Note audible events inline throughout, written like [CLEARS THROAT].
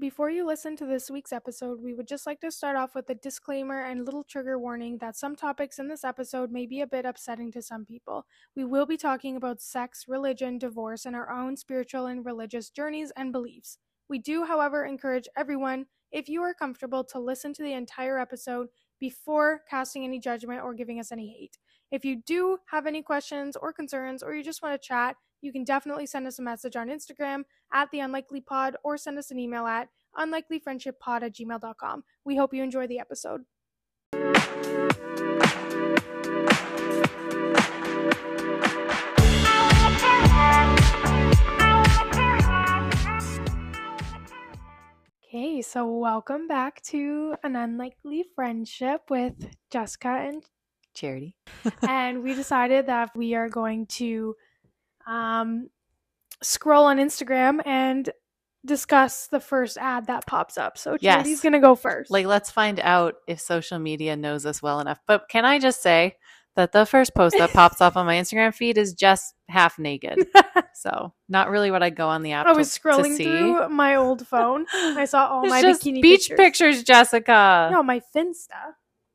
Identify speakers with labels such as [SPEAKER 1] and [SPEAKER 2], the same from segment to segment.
[SPEAKER 1] Before you listen to this week's episode, we would just like to start off with a disclaimer and little trigger warning that some topics in this episode may be a bit upsetting to some people. We will be talking about sex, religion, divorce, and our own spiritual and religious journeys and beliefs. We do, however, encourage everyone, if you are comfortable, to listen to the entire episode before casting any judgment or giving us any hate. If you do have any questions or concerns, or you just want to chat, you can definitely send us a message on Instagram at the unlikely pod or send us an email at unlikelyfriendshippod at gmail.com. We hope you enjoy the episode. Okay, so welcome back to an unlikely friendship with Jessica and
[SPEAKER 2] Charity.
[SPEAKER 1] and we decided that we are going to um, scroll on Instagram and discuss the first ad that pops up. So
[SPEAKER 2] Yes.
[SPEAKER 1] Charity's gonna go first.
[SPEAKER 2] Like, let's find out if social media knows us well enough. But can I just say that the first post that pops up on my Instagram feed is just half
[SPEAKER 1] [LAUGHS]
[SPEAKER 2] naked. so, not really what I go on the app.
[SPEAKER 1] I
[SPEAKER 2] to-
[SPEAKER 1] was
[SPEAKER 2] to
[SPEAKER 1] scrolling
[SPEAKER 2] see.
[SPEAKER 1] through my old phone.
[SPEAKER 2] [LAUGHS]
[SPEAKER 1] I saw all
[SPEAKER 2] It's
[SPEAKER 1] my
[SPEAKER 2] just
[SPEAKER 1] bikini
[SPEAKER 2] beach
[SPEAKER 1] pictures.
[SPEAKER 2] Jessica.
[SPEAKER 1] No, my Finsta.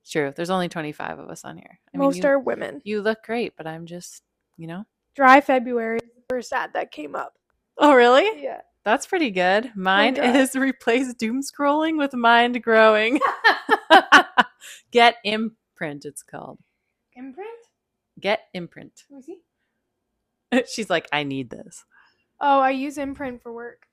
[SPEAKER 2] True. There's only 25 of us on here. I
[SPEAKER 1] Most
[SPEAKER 2] mean, you,
[SPEAKER 1] are women.
[SPEAKER 2] you look great, but I'm just, you know.
[SPEAKER 1] Dry February is the first ad that came up.
[SPEAKER 2] Oh, really?
[SPEAKER 1] Yeah.
[SPEAKER 2] That's pretty good. Mine
[SPEAKER 1] Oh God.
[SPEAKER 2] is [LAUGHS] replace doom scrolling with mind
[SPEAKER 1] [LAUGHS]
[SPEAKER 2] growing. [LAUGHS] Get imprint, it's called.
[SPEAKER 1] Imprint?
[SPEAKER 2] Get imprint. [LAUGHS]
[SPEAKER 1] Let me see.
[SPEAKER 2] She's like, I need this.
[SPEAKER 1] Oh, I use imprint for work.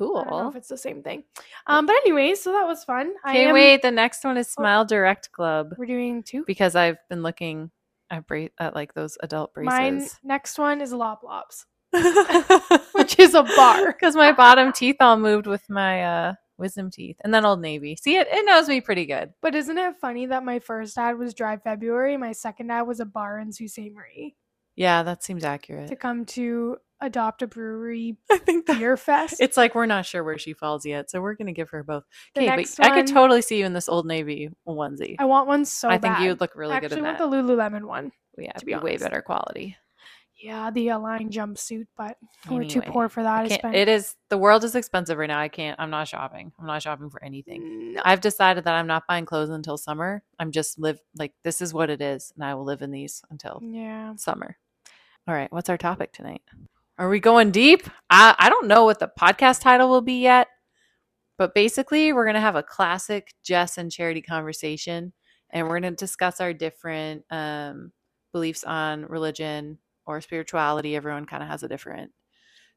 [SPEAKER 1] I don't know
[SPEAKER 2] Cool.
[SPEAKER 1] if it's the same thing. Um, but anyway, so that was fun. I
[SPEAKER 2] Okay,
[SPEAKER 1] am-
[SPEAKER 2] wait. The next one is Smile Direct Club
[SPEAKER 1] We're doing two.
[SPEAKER 2] because I've been looking at, bra- at like those adult
[SPEAKER 1] Mine
[SPEAKER 2] braces.
[SPEAKER 1] next one is Loblops, [LAUGHS]
[SPEAKER 2] [LAUGHS]
[SPEAKER 1] which is a bar.
[SPEAKER 2] Because my bottom teeth all moved with my uh, wisdom teeth and then Old Navy. See, it, it knows me pretty good.
[SPEAKER 1] But isn't it funny that my first ad was Dry February, my second ad was a bar in Sault Ste. Marie
[SPEAKER 2] Yeah, that seems
[SPEAKER 1] to
[SPEAKER 2] [LAUGHS] accurate.
[SPEAKER 1] come to adopt a
[SPEAKER 2] [LAUGHS]
[SPEAKER 1] brewery
[SPEAKER 2] I think that
[SPEAKER 1] beer fest.
[SPEAKER 2] it's like we're not sure where she falls yet, so we're gonna give her both.
[SPEAKER 1] The
[SPEAKER 2] Okay,
[SPEAKER 1] next
[SPEAKER 2] but I could
[SPEAKER 1] one-
[SPEAKER 2] totally see you in this Old Navy onesie.
[SPEAKER 1] I want one so
[SPEAKER 2] I think
[SPEAKER 1] bad.
[SPEAKER 2] you would look really
[SPEAKER 1] I actually
[SPEAKER 2] good in
[SPEAKER 1] want the
[SPEAKER 2] that.
[SPEAKER 1] Lululemon one.
[SPEAKER 2] yeah,
[SPEAKER 1] to
[SPEAKER 2] to
[SPEAKER 1] be
[SPEAKER 2] be way
[SPEAKER 1] honest.
[SPEAKER 2] better quality.
[SPEAKER 1] Yeah, the Align jumpsuit, but we're too
[SPEAKER 2] Anyway,
[SPEAKER 1] poor for that. I
[SPEAKER 2] can't-
[SPEAKER 1] spent-
[SPEAKER 2] It is the world is expensive right now. I can't. I'm not shopping. I'm not shopping for anything.
[SPEAKER 1] No.
[SPEAKER 2] I've decided that I'm not buying clothes until summer. I'm just live like this is what it is, and I will live in these until
[SPEAKER 1] Mm. Yeah.
[SPEAKER 2] summer. All right, what's our topic tonight? Are we going deep? I, I don't know what the podcast title will be yet, but basically, we're going to have a classic Jess and Charity conversation, and we're going to discuss our different um, beliefs on religion or spirituality. Everyone kind of has a different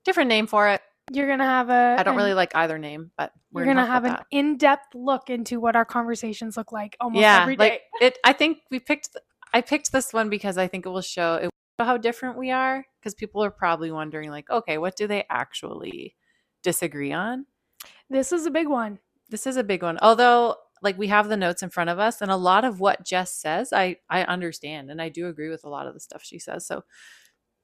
[SPEAKER 2] different name for it.
[SPEAKER 1] You're gonna have a.
[SPEAKER 2] I don't
[SPEAKER 1] an-
[SPEAKER 2] really like either name, but we're
[SPEAKER 1] You're gonna
[SPEAKER 2] talk
[SPEAKER 1] have an
[SPEAKER 2] about that.
[SPEAKER 1] in-depth look into what our conversations look like almost
[SPEAKER 2] yeah,
[SPEAKER 1] every day. [LAUGHS]
[SPEAKER 2] like it. I think we picked. th- I picked this one because I think it will show it will show how different we are. Because people are probably wondering, like, okay, what do they actually disagree on?
[SPEAKER 1] this is a big one.
[SPEAKER 2] This is a big one. Although, like, we have the notes in front of us, and a lot of what Jess says, I I understand, and I do agree with a lot of the stuff she says. So,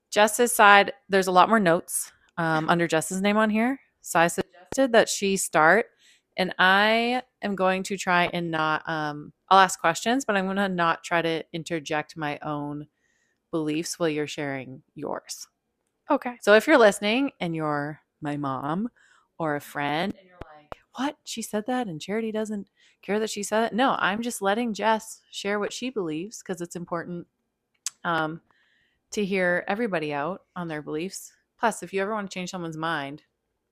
[SPEAKER 2] Jess's side, there's a lot more notes um, under Jess's name on here. So I suggested that she start, and I am going to try and not. Um, I'll ask questions, but I'm going to not try to interject my own beliefs while you're sharing yours.
[SPEAKER 1] Okay.
[SPEAKER 2] So if you're listening and you're my mom or a friend, and you're like, "What she said that," and Charity doesn't care that she said it. No, I'm just letting Jess share what she believes because it's important um, to hear everybody out on their beliefs. Plus, if you ever want to change someone's mind,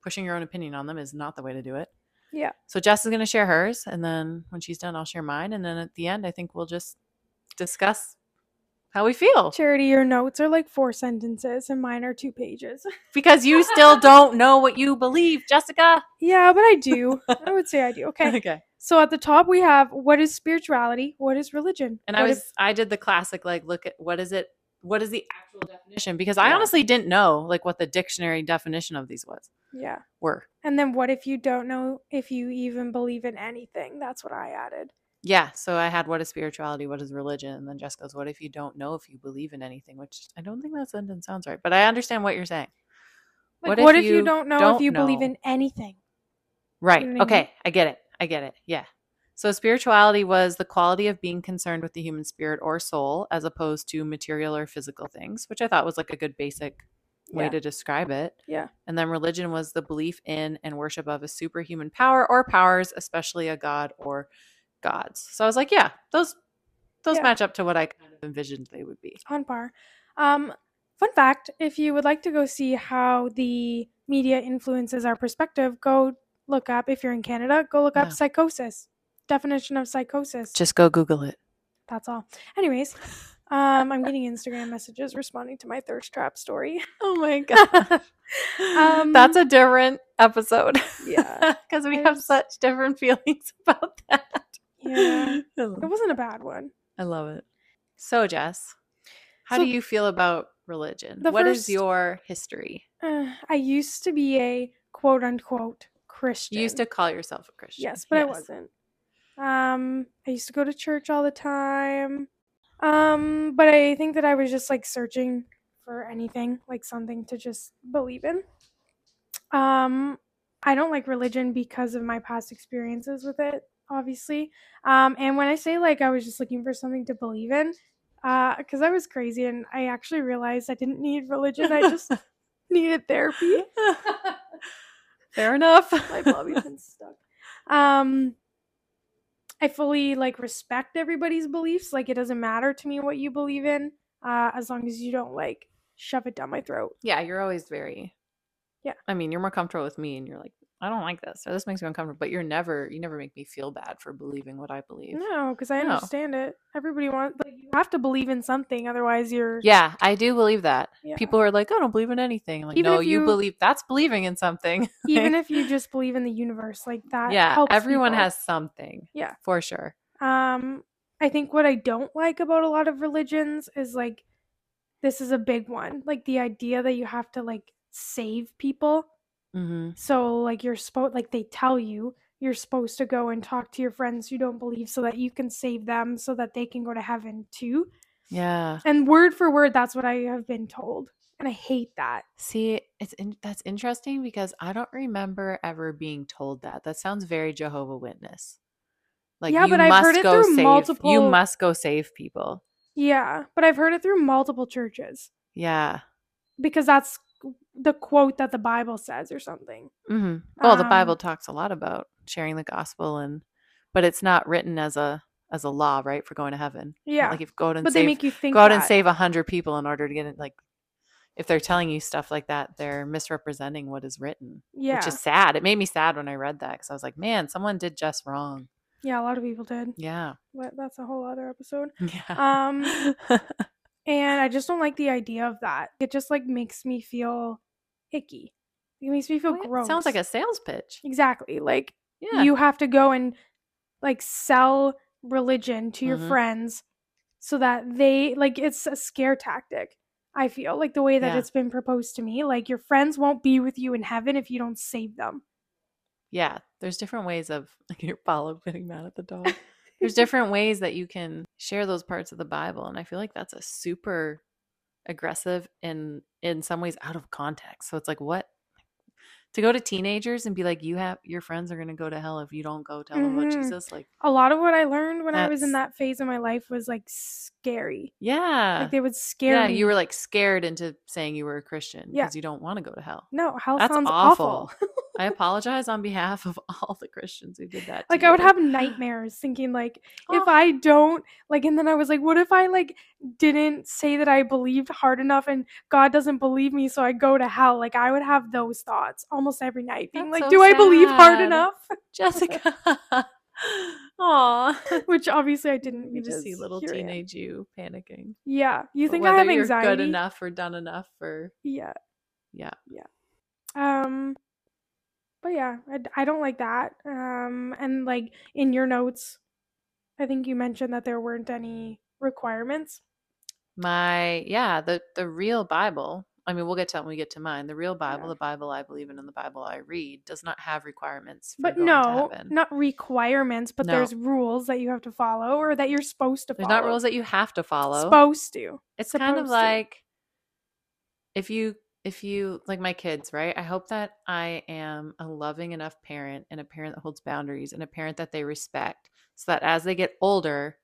[SPEAKER 2] pushing your own opinion on them is not the way to do it.
[SPEAKER 1] Yeah.
[SPEAKER 2] So Jess is going to share hers, and then when she's done, I'll share mine, and then at the end, I think we'll just discuss how we feel
[SPEAKER 1] Charity, your notes are like four sentences and mine are two pages. [LAUGHS]
[SPEAKER 2] because you still don't know what you believe, Jessica.
[SPEAKER 1] Yeah, but I do. I would say I
[SPEAKER 2] [LAUGHS]
[SPEAKER 1] do. Okay.
[SPEAKER 2] Okay.
[SPEAKER 1] So at the top we have what is spirituality? What is religion?
[SPEAKER 2] And I
[SPEAKER 1] What
[SPEAKER 2] was
[SPEAKER 1] if-
[SPEAKER 2] I did the classic like look at what is it what is the actual definition because I
[SPEAKER 1] Yeah.
[SPEAKER 2] honestly didn't know like what the dictionary definition of these was
[SPEAKER 1] yeah.
[SPEAKER 2] were.
[SPEAKER 1] And then what if you don't know if you even believe in anything? That's what I added.
[SPEAKER 2] Yeah, so I had what is spirituality, what is religion, and then Jess goes, "What if you don't know if you believe in anything?" Which I don't think that sentence sounds right, but I understand what you're saying.
[SPEAKER 1] Like
[SPEAKER 2] What
[SPEAKER 1] what,
[SPEAKER 2] if
[SPEAKER 1] if, you,
[SPEAKER 2] you
[SPEAKER 1] don't know if
[SPEAKER 2] don't
[SPEAKER 1] you believe
[SPEAKER 2] know?
[SPEAKER 1] in anything?
[SPEAKER 2] Right.
[SPEAKER 1] know what I mean?
[SPEAKER 2] okay. I get it. I get it. Yeah. So spirituality was the quality of being concerned with the human spirit or soul as opposed to material or physical things, which I thought was like a good basic way
[SPEAKER 1] Yeah.
[SPEAKER 2] to describe it.
[SPEAKER 1] Yeah.
[SPEAKER 2] And then religion was the belief in and worship of a superhuman power or powers, especially a god or gods. So I was like, yeah, those those
[SPEAKER 1] Yeah.
[SPEAKER 2] match up to what I kind of envisioned they would be.
[SPEAKER 1] on par. Um, fun fact if you would like to go see how the media influences our perspective, go look up, if you're in Canada, go look up
[SPEAKER 2] Yeah.
[SPEAKER 1] psychosis, definition of psychosis.
[SPEAKER 2] Just go
[SPEAKER 1] [LAUGHS]
[SPEAKER 2] Google it. [LAUGHS]
[SPEAKER 1] That's all. Anyways, um, I'm getting Instagram messages responding to my thirst trap story. [LAUGHS]
[SPEAKER 2] Oh my god. That's a different episode.
[SPEAKER 1] Um,
[SPEAKER 2] [LAUGHS]
[SPEAKER 1] Yeah.
[SPEAKER 2] Because we have
[SPEAKER 1] There's-
[SPEAKER 2] such different [LAUGHS] feelings about that.
[SPEAKER 1] Yeah.
[SPEAKER 2] [LAUGHS] I love
[SPEAKER 1] It wasn't a bad one. [SIGHS]
[SPEAKER 2] I love it. So, Jess, how
[SPEAKER 1] So-
[SPEAKER 2] do you feel about religion?
[SPEAKER 1] The
[SPEAKER 2] What is
[SPEAKER 1] first-
[SPEAKER 2] your history?
[SPEAKER 1] Uh, I used to be a quote unquote Christian.
[SPEAKER 2] You used to call yourself a Christian.
[SPEAKER 1] Yes, but I wasn't. Um, I used to go to church all the time. Um, but I think that I was just like searching for anything, like something to just believe in. Um, I don't like religion because of my past experiences with it, obviously. Um, and when I say like I was just looking for something to believe in, uh, because I was crazy and I actually realized I didn't need religion.
[SPEAKER 2] [LAUGHS]
[SPEAKER 1] I just needed therapy. [LAUGHS]
[SPEAKER 2] Fair [LAUGHS] enough.
[SPEAKER 1] my [LAUGHS] bobby pin's stuck. Um, I fully like respect everybody's beliefs. Like it doesn't matter to me what you believe in, uh, as long as you don't like shove it down my throat.
[SPEAKER 2] yeah, you're always very.
[SPEAKER 1] Yeah.
[SPEAKER 2] I mean, you're more comfortable with me, and you're like, I don't like this, or this makes me uncomfortable. But you're never, you never make me feel bad for believing what I believe.
[SPEAKER 1] No, because I
[SPEAKER 2] No.
[SPEAKER 1] understand it. Everybody wants like you have to believe in something, otherwise you're
[SPEAKER 2] Yeah, I do believe that.
[SPEAKER 1] Yeah.
[SPEAKER 2] People [LAUGHS] are like, I don't believe in anything. I'm like,
[SPEAKER 1] Even
[SPEAKER 2] no,
[SPEAKER 1] if
[SPEAKER 2] you
[SPEAKER 1] you-
[SPEAKER 2] believe that's believing in something.
[SPEAKER 1] even if you just believe in the universe, like that.
[SPEAKER 2] [LAUGHS] yeah,
[SPEAKER 1] helps
[SPEAKER 2] everyone
[SPEAKER 1] people.
[SPEAKER 2] has something.
[SPEAKER 1] Yeah.
[SPEAKER 2] for sure.
[SPEAKER 1] Um, I think what I don't like about a lot of religions is like this is a big one, like the idea that you have to like save people.
[SPEAKER 2] Mm-hmm.
[SPEAKER 1] So like you're supposed like they tell you you're supposed to go and talk to your friends who don't believe so that you can save them so that they can go to heaven too.
[SPEAKER 2] Yeah.
[SPEAKER 1] And word for word that's what I have been told. And I hate that.
[SPEAKER 2] See, it's in, that's interesting because I don't remember ever being told that. That sounds very Jehovah Witness. Like
[SPEAKER 1] Yeah,
[SPEAKER 2] you
[SPEAKER 1] but I've
[SPEAKER 2] must
[SPEAKER 1] heard it
[SPEAKER 2] go
[SPEAKER 1] through
[SPEAKER 2] save you
[SPEAKER 1] multiple-
[SPEAKER 2] must go save people.
[SPEAKER 1] Yeah, but I've heard it through multiple churches
[SPEAKER 2] Yeah.
[SPEAKER 1] because that's the quote that the Bible says or something.
[SPEAKER 2] hmm Well, the
[SPEAKER 1] Um,
[SPEAKER 2] Bible talks a lot about sharing the gospel and but it's not written as a as a law, right, for going to heaven.
[SPEAKER 1] Yeah.
[SPEAKER 2] Like if go out and
[SPEAKER 1] but they
[SPEAKER 2] save
[SPEAKER 1] make you think
[SPEAKER 2] go out and
[SPEAKER 1] that.
[SPEAKER 2] save a hundred people in order to get it like if they're telling you stuff like that, they're misrepresenting what is written.
[SPEAKER 1] yeah.
[SPEAKER 2] Which is sad. It made me sad when I read that because I was like, man, someone did just wrong.
[SPEAKER 1] yeah, a lot of people did.
[SPEAKER 2] Yeah.
[SPEAKER 1] But that's a whole other
[SPEAKER 2] [LAUGHS]
[SPEAKER 1] episode.
[SPEAKER 2] Yeah.
[SPEAKER 1] Um And I just don't like the idea of that. It just like makes me feel icky. It makes me feel
[SPEAKER 2] Well, yeah,
[SPEAKER 1] gross.
[SPEAKER 2] it sounds like a sales pitch.
[SPEAKER 1] exactly like
[SPEAKER 2] Yeah.
[SPEAKER 1] you have to go and like sell religion to your
[SPEAKER 2] Mhm.
[SPEAKER 1] friends so that they like it's a scare tactic. I feel like the way that
[SPEAKER 2] Yeah.
[SPEAKER 1] it's been proposed to me, like your friends won't be with you in heaven if you don't save them.
[SPEAKER 2] yeah. There's different ways [LAUGHS] of you're Paulo getting mad at the dog. [LAUGHS] There's different ways that you can share those parts of the Bible. And I feel like that's a super aggressive and in some ways out of context. So it's like what to go to teenagers and be like, you have your friends are gonna go to hell if you don't go tell them about
[SPEAKER 1] Mhm.
[SPEAKER 2] Jesus. Like,
[SPEAKER 1] A lot of what I learned when I was in
[SPEAKER 2] That's-
[SPEAKER 1] that phase of my life was like scary.
[SPEAKER 2] yeah.
[SPEAKER 1] Like they would scare
[SPEAKER 2] yeah,
[SPEAKER 1] me.
[SPEAKER 2] you were like scared into saying you were a Christian
[SPEAKER 1] Yeah.
[SPEAKER 2] because you don't want to go to hell.
[SPEAKER 1] no, hell
[SPEAKER 2] That's
[SPEAKER 1] sounds
[SPEAKER 2] awful.
[SPEAKER 1] awful.
[SPEAKER 2] I apologize on behalf of [LAUGHS] all the Christians who did that. to
[SPEAKER 1] like I would
[SPEAKER 2] you.
[SPEAKER 1] have nightmares thinking like
[SPEAKER 2] Oh.
[SPEAKER 1] if I don't like and then I was like what if I like didn't say that I believed hard enough and God doesn't believe me so I go to hell like I would have those thoughts almost every night being like
[SPEAKER 2] That's so
[SPEAKER 1] do I believe hard
[SPEAKER 2] sad.
[SPEAKER 1] enough
[SPEAKER 2] Jessica. [LAUGHS] Aw.
[SPEAKER 1] [LAUGHS]
[SPEAKER 2] [LAUGHS]
[SPEAKER 1] which obviously I didn't
[SPEAKER 2] You just see
[SPEAKER 1] because
[SPEAKER 2] little
[SPEAKER 1] here I am.
[SPEAKER 2] teenage you panicking.
[SPEAKER 1] Yeah you
[SPEAKER 2] But
[SPEAKER 1] think
[SPEAKER 2] whether
[SPEAKER 1] I have
[SPEAKER 2] you're
[SPEAKER 1] anxiety
[SPEAKER 2] good enough or done enough or
[SPEAKER 1] yeah
[SPEAKER 2] Yeah.
[SPEAKER 1] yeah um but yeah I, d- I don't like that um and like in your notes I think you mentioned that there weren't any requirements
[SPEAKER 2] my yeah, the the real Bible. I mean, we'll get to that when we get to mine. The real Bible,
[SPEAKER 1] Yeah.
[SPEAKER 2] the Bible I believe in and the Bible I read does not have requirements for
[SPEAKER 1] But
[SPEAKER 2] going
[SPEAKER 1] no,
[SPEAKER 2] to heaven.
[SPEAKER 1] not requirements, but
[SPEAKER 2] No.
[SPEAKER 1] there's rules that you have to follow or that you're supposed to
[SPEAKER 2] There's
[SPEAKER 1] follow.
[SPEAKER 2] not rules that you have to follow.
[SPEAKER 1] Supposed to.
[SPEAKER 2] it's kind of
[SPEAKER 1] supposed to.
[SPEAKER 2] like if you if you like my kids right i hope that i am a loving enough parent and a parent that holds boundaries and a parent that they respect so that as they get older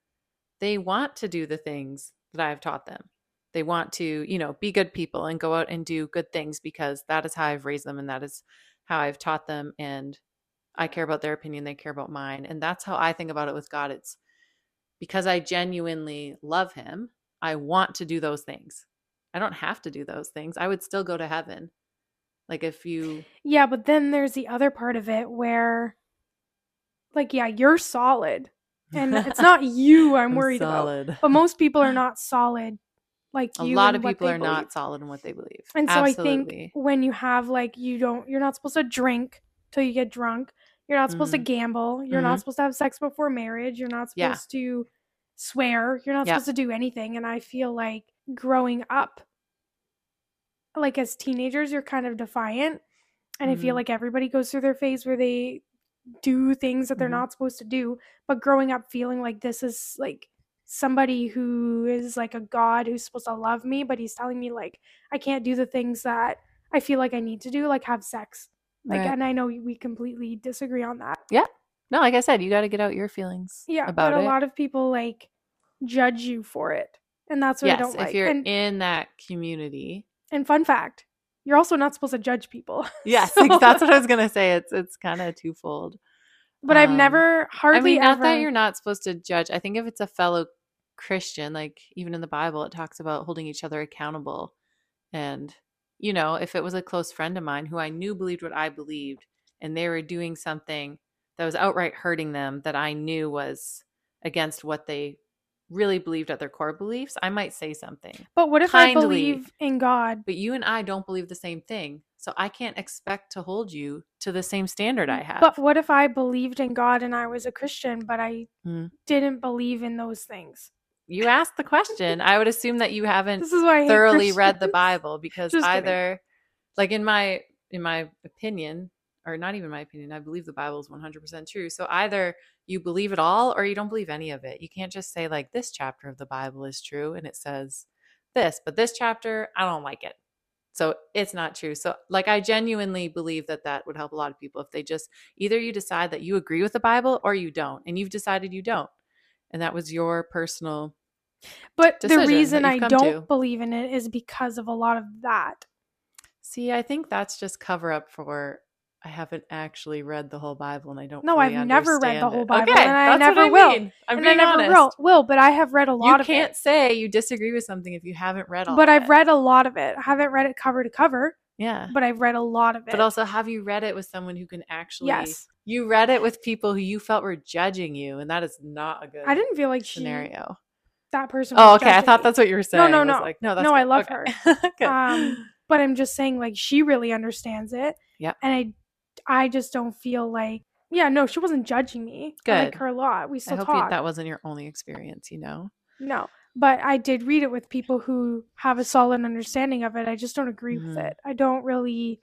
[SPEAKER 2] they want to do the things that i've taught them They want to, you know, be good people and go out and do good things because that is how I've raised them and that is how I've taught them. And I care about their opinion, they care about mine. And that's how I think about it with God. It's because I genuinely love Him, I want to do those things. I don't have to do those things. I would still go to heaven. Like if you
[SPEAKER 1] Yeah, but then there's the other part of it where, like, yeah, you're solid. And
[SPEAKER 2] [LAUGHS]
[SPEAKER 1] it's not you I'm,
[SPEAKER 2] I'm
[SPEAKER 1] worried about.
[SPEAKER 2] solid.
[SPEAKER 1] But most people
[SPEAKER 2] [LAUGHS]
[SPEAKER 1] are not solid. Like
[SPEAKER 2] a
[SPEAKER 1] you
[SPEAKER 2] lot
[SPEAKER 1] and
[SPEAKER 2] of
[SPEAKER 1] what
[SPEAKER 2] people
[SPEAKER 1] they
[SPEAKER 2] are not
[SPEAKER 1] believe.
[SPEAKER 2] solid in what they believe.
[SPEAKER 1] And so I think
[SPEAKER 2] Absolutely.
[SPEAKER 1] when you have like you don't you're not supposed to drink till you get drunk. You're not supposed to gamble. You're not supposed to have sex before marriage. You're not
[SPEAKER 2] Mm-hmm. Yeah.
[SPEAKER 1] supposed to swear. You're not
[SPEAKER 2] Yeah.
[SPEAKER 1] supposed to do anything. And I feel like growing up, like as teenagers, you're kind of defiant. And I feel
[SPEAKER 2] Mhm.
[SPEAKER 1] like everybody goes through their phase where they do things that they're
[SPEAKER 2] Mhm.
[SPEAKER 1] not supposed to do. But growing up feeling like this is like somebody who is like a god who's supposed to love me, but he's telling me like I can't do the things that I feel like I need to do, like have sex. Like,
[SPEAKER 2] Right.
[SPEAKER 1] and I know we completely disagree on that.
[SPEAKER 2] No, like I said, you got to get out your feelings
[SPEAKER 1] Yeah,
[SPEAKER 2] about
[SPEAKER 1] but a
[SPEAKER 2] it.
[SPEAKER 1] lot of people like judge you for it, and that's what
[SPEAKER 2] yes,
[SPEAKER 1] I don't
[SPEAKER 2] if
[SPEAKER 1] like.
[SPEAKER 2] you're
[SPEAKER 1] And
[SPEAKER 2] in that community.
[SPEAKER 1] and fun fact, you're also not supposed to judge people. [LAUGHS]
[SPEAKER 2] Yes, [LAUGHS]
[SPEAKER 1] So-
[SPEAKER 2] that's what I was gonna say. It's it's kind of twofold.
[SPEAKER 1] But I've
[SPEAKER 2] Um,
[SPEAKER 1] never hardly
[SPEAKER 2] I mean, not
[SPEAKER 1] ever.
[SPEAKER 2] that you're not supposed to judge. I think if it's a fellow Christian, like even in the Bible, it talks about holding each other accountable. And, you know, if it was a close friend of mine who I knew believed what I believed and they were doing something that was outright hurting them that I knew was against what they really believed at their core beliefs, I might say something.
[SPEAKER 1] but what if I
[SPEAKER 2] kindly-
[SPEAKER 1] believe in God?
[SPEAKER 2] But you and I don't believe the same thing. So I can't expect to hold you to the same standard I have.
[SPEAKER 1] Mm, But what if I believed in God and I was a Christian, but I
[SPEAKER 2] Mm.
[SPEAKER 1] didn't believe in those things?
[SPEAKER 2] you asked the question. I would assume that you haven't
[SPEAKER 1] This is why I hate [LAUGHS]
[SPEAKER 2] thoroughly read the
[SPEAKER 1] Christians.
[SPEAKER 2] Bible because
[SPEAKER 1] Just kidding.
[SPEAKER 2] either like in my in my opinion or not even my opinion, I believe the Bible is 100% true. So either you believe it all or you don't believe any of it. You can't just say like this chapter of the Bible is true and it says this, but this chapter I don't like it. So it's not true. So like I genuinely believe that that would help a lot of people if they just either you decide that you agree with the Bible or you don't and you've decided you don't. And that was your personal
[SPEAKER 1] [LAUGHS] But
[SPEAKER 2] decision
[SPEAKER 1] the
[SPEAKER 2] that
[SPEAKER 1] reason
[SPEAKER 2] you've
[SPEAKER 1] I
[SPEAKER 2] come
[SPEAKER 1] don't
[SPEAKER 2] to.
[SPEAKER 1] believe in it is because of a lot of that.
[SPEAKER 2] See, I think that's just cover up for I haven't actually read the whole Bible and I don't.
[SPEAKER 1] No, I've
[SPEAKER 2] fully
[SPEAKER 1] never read the
[SPEAKER 2] understand
[SPEAKER 1] whole
[SPEAKER 2] it.
[SPEAKER 1] Bible,
[SPEAKER 2] Okay,
[SPEAKER 1] and I
[SPEAKER 2] that's what
[SPEAKER 1] never will.
[SPEAKER 2] mean. I'm
[SPEAKER 1] and I
[SPEAKER 2] being
[SPEAKER 1] never
[SPEAKER 2] honest.
[SPEAKER 1] will, will, but I have read a lot
[SPEAKER 2] you
[SPEAKER 1] of
[SPEAKER 2] can't
[SPEAKER 1] it.
[SPEAKER 2] say you disagree with something if you haven't read all.
[SPEAKER 1] But
[SPEAKER 2] of
[SPEAKER 1] I've
[SPEAKER 2] it.
[SPEAKER 1] read a lot of it. I haven't read it cover to
[SPEAKER 2] [SIGHS]
[SPEAKER 1] cover,
[SPEAKER 2] yeah.
[SPEAKER 1] but I've read a lot of it.
[SPEAKER 2] But also, have you read it with someone who can actually?
[SPEAKER 1] yes,
[SPEAKER 2] You read it with people who you felt were judging you, and that is not a good.
[SPEAKER 1] I didn't feel like she,
[SPEAKER 2] scenario.
[SPEAKER 1] that person.
[SPEAKER 2] Oh,
[SPEAKER 1] was
[SPEAKER 2] okay. I
[SPEAKER 1] judging
[SPEAKER 2] thought
[SPEAKER 1] me.
[SPEAKER 2] that's what you were saying.
[SPEAKER 1] no,
[SPEAKER 2] I was
[SPEAKER 1] no.
[SPEAKER 2] like, no, that's
[SPEAKER 1] No, I
[SPEAKER 2] good.
[SPEAKER 1] love
[SPEAKER 2] Okay. [LAUGHS] Good.
[SPEAKER 1] Um, But I'm just saying, like, she really understands it.
[SPEAKER 2] Yep.
[SPEAKER 1] And I, I just don't feel like, yeah, no, she wasn't judging me. I like
[SPEAKER 2] Good.
[SPEAKER 1] her a lot. We
[SPEAKER 2] I
[SPEAKER 1] still
[SPEAKER 2] hope you,
[SPEAKER 1] talk.
[SPEAKER 2] that wasn't your only experience. You know.
[SPEAKER 1] No, but I did read it with people who have a solid understanding of it. I just don't agree with
[SPEAKER 2] Mhm.
[SPEAKER 1] it. I don't really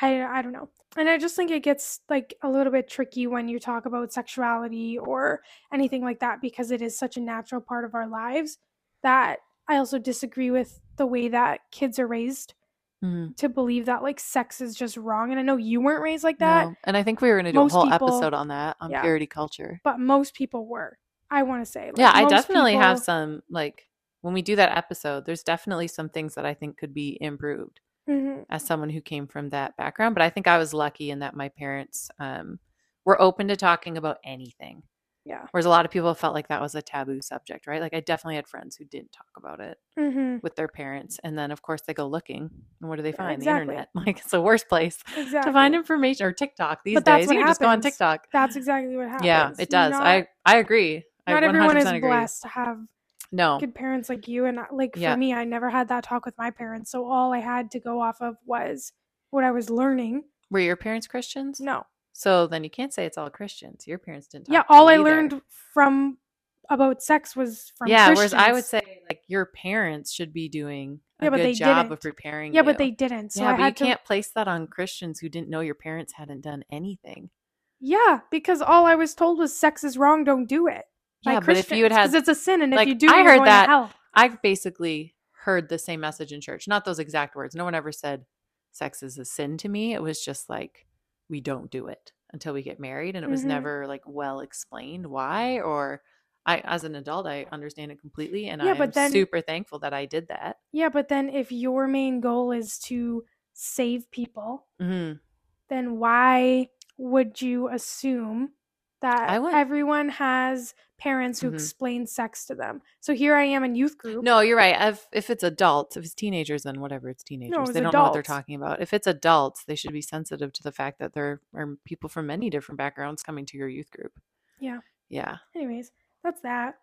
[SPEAKER 1] I I don't know. And I just think it gets like a little bit tricky when you talk about sexuality or anything like that because it is such a natural part of our lives that I also disagree with the way that kids are raised
[SPEAKER 2] Mhm.
[SPEAKER 1] to believe that like sex is just wrong. And I know you weren't raised like that,
[SPEAKER 2] No. And I think we were going to do a
[SPEAKER 1] most
[SPEAKER 2] whole
[SPEAKER 1] people-
[SPEAKER 2] episode on that on
[SPEAKER 1] yeah.
[SPEAKER 2] purity culture.
[SPEAKER 1] but most people were. I want to say. like,
[SPEAKER 2] yeah, I
[SPEAKER 1] most
[SPEAKER 2] definitely have
[SPEAKER 1] people-
[SPEAKER 2] some like when we do that episode, there's definitely some things that I think could be improved
[SPEAKER 1] Mhm.
[SPEAKER 2] as someone who came from that background, but I think I was lucky in that my parents um were open to talking about anything.
[SPEAKER 1] Yeah.
[SPEAKER 2] Whereas a lot of people felt like that was a taboo subject, right? Like I definitely had friends who didn't talk about it
[SPEAKER 1] hmm
[SPEAKER 2] with their parents. And then of course they go looking and what do they
[SPEAKER 1] Yeah,
[SPEAKER 2] find?
[SPEAKER 1] exactly.
[SPEAKER 2] The internet. [LAUGHS] Like it's the worst place
[SPEAKER 1] Exactly.
[SPEAKER 2] to find information or TikTok these
[SPEAKER 1] But that's
[SPEAKER 2] days.
[SPEAKER 1] what
[SPEAKER 2] you can just go on
[SPEAKER 1] happens.
[SPEAKER 2] TikTok.
[SPEAKER 1] That's exactly what happens.
[SPEAKER 2] Yeah, it does.
[SPEAKER 1] Not,
[SPEAKER 2] I I agree.
[SPEAKER 1] not
[SPEAKER 2] I 100%
[SPEAKER 1] everyone is
[SPEAKER 2] agree.
[SPEAKER 1] blessed to have
[SPEAKER 2] No,
[SPEAKER 1] good parents like you and I- like for
[SPEAKER 2] Yeah.
[SPEAKER 1] me i never had that talk with my parents so all i had to go off of was what i was learning
[SPEAKER 2] were your parents Christians?
[SPEAKER 1] no
[SPEAKER 2] So then you can't say it's all Christians. Your parents didn't. Talk
[SPEAKER 1] yeah
[SPEAKER 2] to you
[SPEAKER 1] all i
[SPEAKER 2] either.
[SPEAKER 1] learned from about sex was from
[SPEAKER 2] yeah,
[SPEAKER 1] Christians.
[SPEAKER 2] whereas I would say like your parents should be doing a
[SPEAKER 1] Yeah, but
[SPEAKER 2] good
[SPEAKER 1] they
[SPEAKER 2] job
[SPEAKER 1] didn't.
[SPEAKER 2] of preparing.
[SPEAKER 1] yeah but
[SPEAKER 2] you.
[SPEAKER 1] they didn't so
[SPEAKER 2] yeah,
[SPEAKER 1] i
[SPEAKER 2] but you
[SPEAKER 1] had to
[SPEAKER 2] can't place that on Christians who didn't know your parents hadn't done anything.
[SPEAKER 1] yeah because all i was told was sex is wrong don't do it by
[SPEAKER 2] Yeah, but if you
[SPEAKER 1] Christians,
[SPEAKER 2] had had
[SPEAKER 1] 'cause it's a sin and
[SPEAKER 2] like,
[SPEAKER 1] if you do
[SPEAKER 2] I
[SPEAKER 1] you're
[SPEAKER 2] heard
[SPEAKER 1] going
[SPEAKER 2] that-
[SPEAKER 1] to hell
[SPEAKER 2] I've basically heard the same message in church. Not those exact words. No one ever said sex is a sin to me. It was just like we don't do it until we get married and it was
[SPEAKER 1] Mhm.
[SPEAKER 2] never like well explained why or I, as an adult, I understand it completely, and
[SPEAKER 1] Yeah,
[SPEAKER 2] I'm
[SPEAKER 1] but then-
[SPEAKER 2] super thankful that I did that.
[SPEAKER 1] Yeah, but then if your main goal is to save people,
[SPEAKER 2] hmm
[SPEAKER 1] then why would you assume that
[SPEAKER 2] I would-
[SPEAKER 1] everyone has parents who
[SPEAKER 2] Mhm.
[SPEAKER 1] explain sex to them? So here I am in youth group.
[SPEAKER 2] No, you're right. If if it's adults, if it's teenagers, then whatever, it's teenagers.
[SPEAKER 1] it's
[SPEAKER 2] they don't know what they're
[SPEAKER 1] adults.
[SPEAKER 2] talking about. If it's adults, they should be sensitive to the fact that there are people from many different backgrounds coming to your youth group.
[SPEAKER 1] Yeah.
[SPEAKER 2] Yeah.
[SPEAKER 1] Anyways, that's
[SPEAKER 2] [LAUGHS]
[SPEAKER 1] that.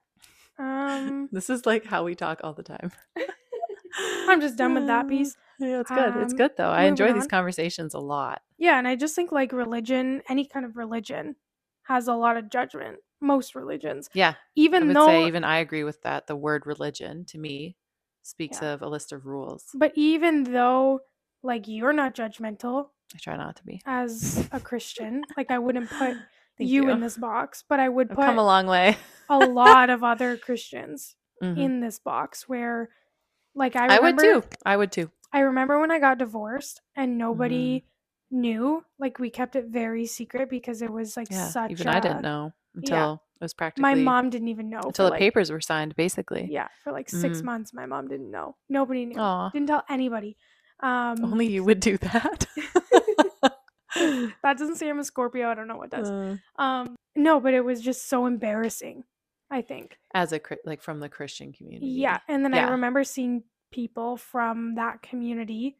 [SPEAKER 1] Um,
[SPEAKER 2] This is like how we talk all the time.
[SPEAKER 1] [LAUGHS]
[SPEAKER 2] Uh,
[SPEAKER 1] I'm just done with that piece.
[SPEAKER 2] Yeah, it's good. it's
[SPEAKER 1] Um,
[SPEAKER 2] good though. I enjoy
[SPEAKER 1] moving
[SPEAKER 2] these
[SPEAKER 1] on.
[SPEAKER 2] conversations a lot.
[SPEAKER 1] Yeah, and I just think like religion, any kind of religion, has a lot of judgment. Most religions,
[SPEAKER 2] Yeah. I
[SPEAKER 1] even
[SPEAKER 2] would
[SPEAKER 1] though,
[SPEAKER 2] say even I agree with that. The word religion to me speaks
[SPEAKER 1] Yeah.
[SPEAKER 2] of a list of rules.
[SPEAKER 1] but even though, like you're not judgmental
[SPEAKER 2] I try not to be.
[SPEAKER 1] as a Christian, like I wouldn't put
[SPEAKER 2] [SIGHS] Thank
[SPEAKER 1] you, in this box, but I would
[SPEAKER 2] I've
[SPEAKER 1] put
[SPEAKER 2] come a long way. [LAUGHS]
[SPEAKER 1] a lot of other Christians
[SPEAKER 2] Mhm.
[SPEAKER 1] in this box where like I
[SPEAKER 2] I, would
[SPEAKER 1] remember
[SPEAKER 2] too. I would too.
[SPEAKER 1] I remember when I got divorced and nobody
[SPEAKER 2] Mm-hmm.
[SPEAKER 1] knew. Like we kept it very secret because it was like
[SPEAKER 2] Yeah.
[SPEAKER 1] such
[SPEAKER 2] even I
[SPEAKER 1] a-
[SPEAKER 2] didn't know until it was practically
[SPEAKER 1] My mom didn't even know.
[SPEAKER 2] until
[SPEAKER 1] for,
[SPEAKER 2] the
[SPEAKER 1] like,
[SPEAKER 2] papers were signed, basically.
[SPEAKER 1] Yeah, for like six
[SPEAKER 2] Mm.
[SPEAKER 1] months my mom didn't know. Nobody knew.
[SPEAKER 2] Aw, Oh,
[SPEAKER 1] Didn't tell anybody. Um
[SPEAKER 2] only you would
[SPEAKER 1] [LAUGHS]
[SPEAKER 2] do that.
[SPEAKER 1] that doesn't say I'm a Scorpio, I don't know what does.
[SPEAKER 2] [LAUGHS] Uh,
[SPEAKER 1] Um no, but it was just so embarrassing, I think.
[SPEAKER 2] as a Chri- like from the Christian community.
[SPEAKER 1] Yeah, and then I
[SPEAKER 2] Yeah.
[SPEAKER 1] remember seeing people from that community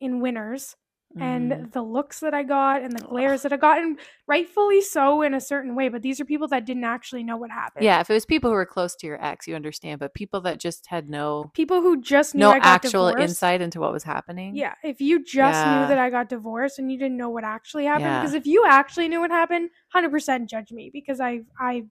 [SPEAKER 1] in winners
[SPEAKER 2] Mhm.
[SPEAKER 1] and the looks that I got and the
[SPEAKER 2] Ugh.
[SPEAKER 1] glares that I got, and rightfully so in a certain way. But these are people that didn't actually know what happened.
[SPEAKER 2] yeah, if it was people who were close to your ex, you understand, but people that just had no
[SPEAKER 1] people who just knew
[SPEAKER 2] no
[SPEAKER 1] I got
[SPEAKER 2] actual
[SPEAKER 1] divorced,
[SPEAKER 2] insight into what was happening.
[SPEAKER 1] Yeah, if you just
[SPEAKER 2] Yeah.
[SPEAKER 1] knew that I got divorced and you didn't know what actually happened,
[SPEAKER 2] Yeah.
[SPEAKER 1] because if you actually knew what happened, hundred percent judge me because I I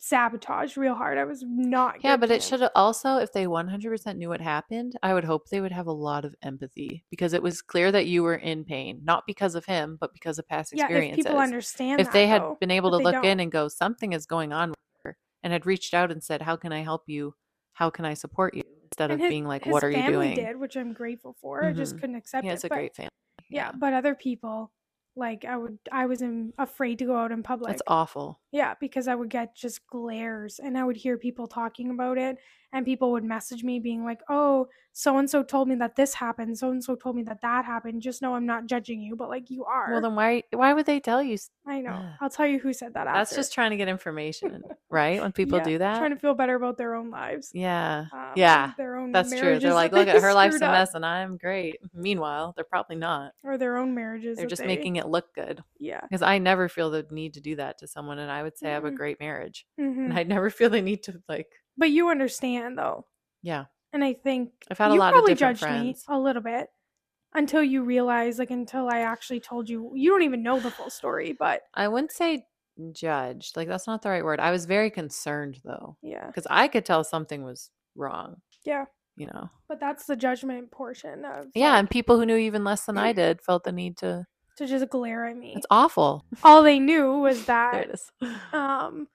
[SPEAKER 1] sabotaged real hard. I was not.
[SPEAKER 2] Yeah,
[SPEAKER 1] good
[SPEAKER 2] but it
[SPEAKER 1] to him.
[SPEAKER 2] should also, if they 100% knew what happened, I would hope they would have a lot of empathy because it was clear that you were in pain, not because of him, but because of past
[SPEAKER 1] Yeah, if
[SPEAKER 2] experiences.
[SPEAKER 1] people understand.
[SPEAKER 2] if
[SPEAKER 1] that,
[SPEAKER 2] they had
[SPEAKER 1] though.
[SPEAKER 2] been able
[SPEAKER 1] but
[SPEAKER 2] to
[SPEAKER 1] they
[SPEAKER 2] look in
[SPEAKER 1] don't.
[SPEAKER 2] and go, something is going on with her, and had reached out and said, How can I help you? How can I support you? Instead
[SPEAKER 1] And
[SPEAKER 2] of
[SPEAKER 1] his-
[SPEAKER 2] being like,
[SPEAKER 1] his
[SPEAKER 2] What are you
[SPEAKER 1] family
[SPEAKER 2] doing?
[SPEAKER 1] Did which I'm grateful for. I just
[SPEAKER 2] Mhm.
[SPEAKER 1] couldn't accept
[SPEAKER 2] He
[SPEAKER 1] it.
[SPEAKER 2] has a
[SPEAKER 1] but-
[SPEAKER 2] great family.
[SPEAKER 1] Yeah, but other people, like I would, I was in, afraid to go out in public.
[SPEAKER 2] That's awful.
[SPEAKER 1] Yeah, because I would get just glares, and I would hear people talking about it, and people would message me being like, "Oh, so and so told me that this happened. So and so told me that that happened. Just know I'm not judging you, but like you are."
[SPEAKER 2] Well, then why why would they tell you? s-
[SPEAKER 1] I know.
[SPEAKER 2] [SIGHS] Ugh.
[SPEAKER 1] I'll tell you who said that.
[SPEAKER 2] That's
[SPEAKER 1] after.
[SPEAKER 2] just trying to get [LAUGHS] information, right? When people
[SPEAKER 1] Yeah,
[SPEAKER 2] do that.
[SPEAKER 1] trying to feel better about their own lives.
[SPEAKER 2] yeah.
[SPEAKER 1] Um,
[SPEAKER 2] Yeah,
[SPEAKER 1] their own.
[SPEAKER 2] That's true.
[SPEAKER 1] marriages
[SPEAKER 2] They're
[SPEAKER 1] that
[SPEAKER 2] [LAUGHS] like,
[SPEAKER 1] they
[SPEAKER 2] look
[SPEAKER 1] [LAUGHS]
[SPEAKER 2] at her life's
[SPEAKER 1] screwed
[SPEAKER 2] a
[SPEAKER 1] up,"
[SPEAKER 2] mess and I'm great. Meanwhile, they're probably not.
[SPEAKER 1] or their own marriages.
[SPEAKER 2] They're
[SPEAKER 1] that
[SPEAKER 2] just
[SPEAKER 1] they-
[SPEAKER 2] making it look good.
[SPEAKER 1] Yeah.
[SPEAKER 2] Because I never feel the need to do that to someone. And I would say I have a
[SPEAKER 1] Mm-mm.
[SPEAKER 2] great marriage.
[SPEAKER 1] hmm
[SPEAKER 2] And I never feel the need to, like,
[SPEAKER 1] But you understand though.
[SPEAKER 2] yeah.
[SPEAKER 1] and I think
[SPEAKER 2] I've had a
[SPEAKER 1] you
[SPEAKER 2] lot of
[SPEAKER 1] probably
[SPEAKER 2] different
[SPEAKER 1] judged
[SPEAKER 2] friends.
[SPEAKER 1] me a little bit until you realize, like, until I actually told you, you don't even know the full story. But
[SPEAKER 2] I wouldn't say judged. Like, that's not the right word. I was very concerned, though,
[SPEAKER 1] yeah,
[SPEAKER 2] because I could tell something was wrong.
[SPEAKER 1] Yeah.
[SPEAKER 2] You know?
[SPEAKER 1] but that's the judgment portion of
[SPEAKER 2] Yeah.
[SPEAKER 1] like,
[SPEAKER 2] And people who knew even less than I did felt the need to.
[SPEAKER 1] to just glare at me.
[SPEAKER 2] It's awful.
[SPEAKER 1] All they knew was
[SPEAKER 2] There
[SPEAKER 1] that,
[SPEAKER 2] it is.
[SPEAKER 1] um,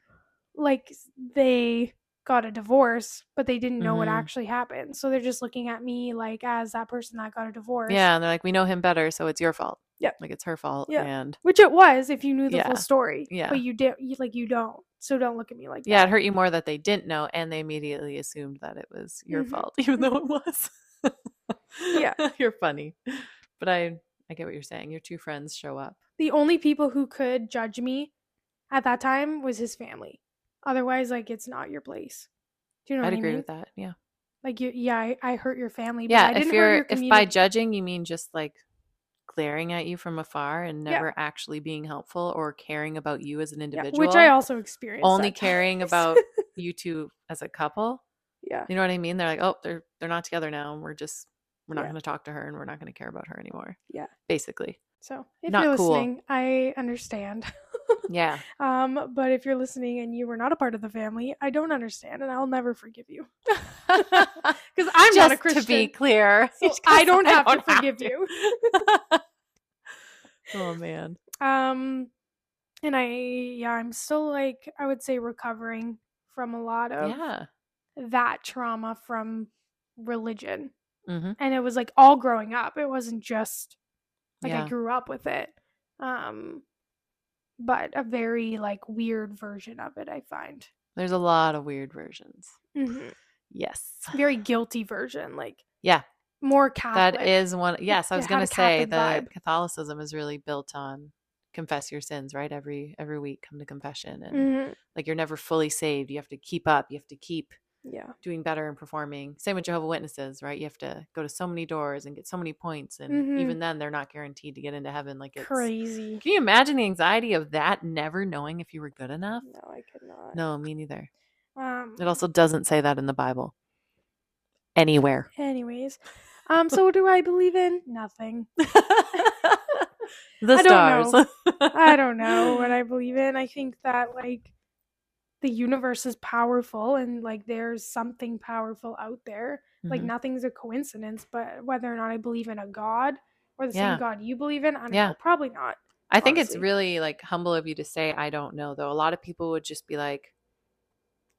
[SPEAKER 1] like s- they got a divorce, but they didn't know what
[SPEAKER 2] Mhm.
[SPEAKER 1] actually happened. So they're just looking at me like as that person that got a divorce.
[SPEAKER 2] Yeah. And they're like, we know him better. So it's your fault.
[SPEAKER 1] Yep.
[SPEAKER 2] Like, it's her fault.
[SPEAKER 1] Yeah.
[SPEAKER 2] And
[SPEAKER 1] which it was if you knew the
[SPEAKER 2] Yeah.
[SPEAKER 1] full story.
[SPEAKER 2] Yeah.
[SPEAKER 1] but you did. You, like you don't. So don't look at me like
[SPEAKER 2] Yeah,
[SPEAKER 1] that.
[SPEAKER 2] it hurt you more that they didn't know and they immediately assumed that it was your
[SPEAKER 1] Mhm.
[SPEAKER 2] fault, [LAUGHS] even though it was.
[SPEAKER 1] Yeah.
[SPEAKER 2] [LAUGHS] You're funny. But I I get what you're saying. Your two friends show up.
[SPEAKER 1] the only people who could judge me at that time was his family. Otherwise, like it's not your place. Do you know
[SPEAKER 2] I'd
[SPEAKER 1] what
[SPEAKER 2] agree
[SPEAKER 1] I mean?
[SPEAKER 2] with that. Yeah.
[SPEAKER 1] Like you, yeah, I, I hurt your family.
[SPEAKER 2] yeah.
[SPEAKER 1] but I didn't
[SPEAKER 2] If you're
[SPEAKER 1] hurt your
[SPEAKER 2] if
[SPEAKER 1] community.
[SPEAKER 2] by judging you mean just like glaring at you from afar and
[SPEAKER 1] Yeah.
[SPEAKER 2] never actually being helpful or caring about you as an
[SPEAKER 1] Yeah,
[SPEAKER 2] individual.
[SPEAKER 1] which I also experienced.
[SPEAKER 2] only
[SPEAKER 1] that [LAUGHS]
[SPEAKER 2] caring
[SPEAKER 1] times.
[SPEAKER 2] about you two as a couple.
[SPEAKER 1] yeah,
[SPEAKER 2] You know what I mean? They're like, oh, they're they're not together now. and We're just we're not
[SPEAKER 1] Yeah.
[SPEAKER 2] gonna talk to her and we're not gonna care about her anymore.
[SPEAKER 1] Yeah.
[SPEAKER 2] Basically.
[SPEAKER 1] so if
[SPEAKER 2] not
[SPEAKER 1] you're
[SPEAKER 2] cool.
[SPEAKER 1] listening, I understand. [LAUGHS]
[SPEAKER 2] Yeah. [LAUGHS]
[SPEAKER 1] Um, but if you're listening and you were not a part of the family, I don't understand, and I'll never forgive you because I'm
[SPEAKER 2] just
[SPEAKER 1] not a Christian.
[SPEAKER 2] to be [LAUGHS] clear,
[SPEAKER 1] so
[SPEAKER 2] just
[SPEAKER 1] [LAUGHS] I don't have
[SPEAKER 2] don't
[SPEAKER 1] to forgive you.
[SPEAKER 2] to. oh man,
[SPEAKER 1] Um, and I yeah, I'm still like I would say recovering from a lot of
[SPEAKER 2] yeah.
[SPEAKER 1] that trauma from religion.
[SPEAKER 2] Mm-hmm.
[SPEAKER 1] And it was like all growing up. It wasn't just like
[SPEAKER 2] yeah,
[SPEAKER 1] I grew up with it. Um but a very like weird version of it I find.
[SPEAKER 2] There's a lot of weird versions. [SIGHS]
[SPEAKER 1] Mhm.
[SPEAKER 2] Yes.
[SPEAKER 1] Very guilty version, like
[SPEAKER 2] Yeah.
[SPEAKER 1] more Catholic.
[SPEAKER 2] That is one. Yes, I
[SPEAKER 1] it
[SPEAKER 2] was
[SPEAKER 1] had
[SPEAKER 2] going
[SPEAKER 1] a
[SPEAKER 2] to say
[SPEAKER 1] Catholic
[SPEAKER 2] that
[SPEAKER 1] vibe.
[SPEAKER 2] Catholicism is really built on confess your sins, right? Every every week, come to confession, and
[SPEAKER 1] Mhm.
[SPEAKER 2] like you're never fully saved. You have to keep up. You have to keep
[SPEAKER 1] Yeah.
[SPEAKER 2] doing better and performing. Same with Jehovah Witnesses, right? You have to go to so many doors and get so many points, and
[SPEAKER 1] Mhm.
[SPEAKER 2] even then, they're not guaranteed to get into heaven. Like it's
[SPEAKER 1] Crazy.
[SPEAKER 2] Can you imagine the anxiety of that? Never knowing if you were good enough.
[SPEAKER 1] No, I could not.
[SPEAKER 2] No, me neither.
[SPEAKER 1] Um,
[SPEAKER 2] It also doesn't say that in the Bible
[SPEAKER 1] [LAUGHS]
[SPEAKER 2] anywhere.
[SPEAKER 1] Anyways, um, so what do I believe in? Nothing.
[SPEAKER 2] the
[SPEAKER 1] don't
[SPEAKER 2] stars. [LAUGHS]
[SPEAKER 1] know. I don't know what I believe in. I think that like the universe is powerful and like there's something powerful out there. Like
[SPEAKER 2] Mhm.
[SPEAKER 1] nothing's a coincidence, but whether or not I believe in a god or the
[SPEAKER 2] Yeah.
[SPEAKER 1] same god you believe in, I don't
[SPEAKER 2] Yeah.
[SPEAKER 1] know, probably not.
[SPEAKER 2] I think it's
[SPEAKER 1] honestly.
[SPEAKER 2] really like humble of you to say I don't know though. A lot of people would just be like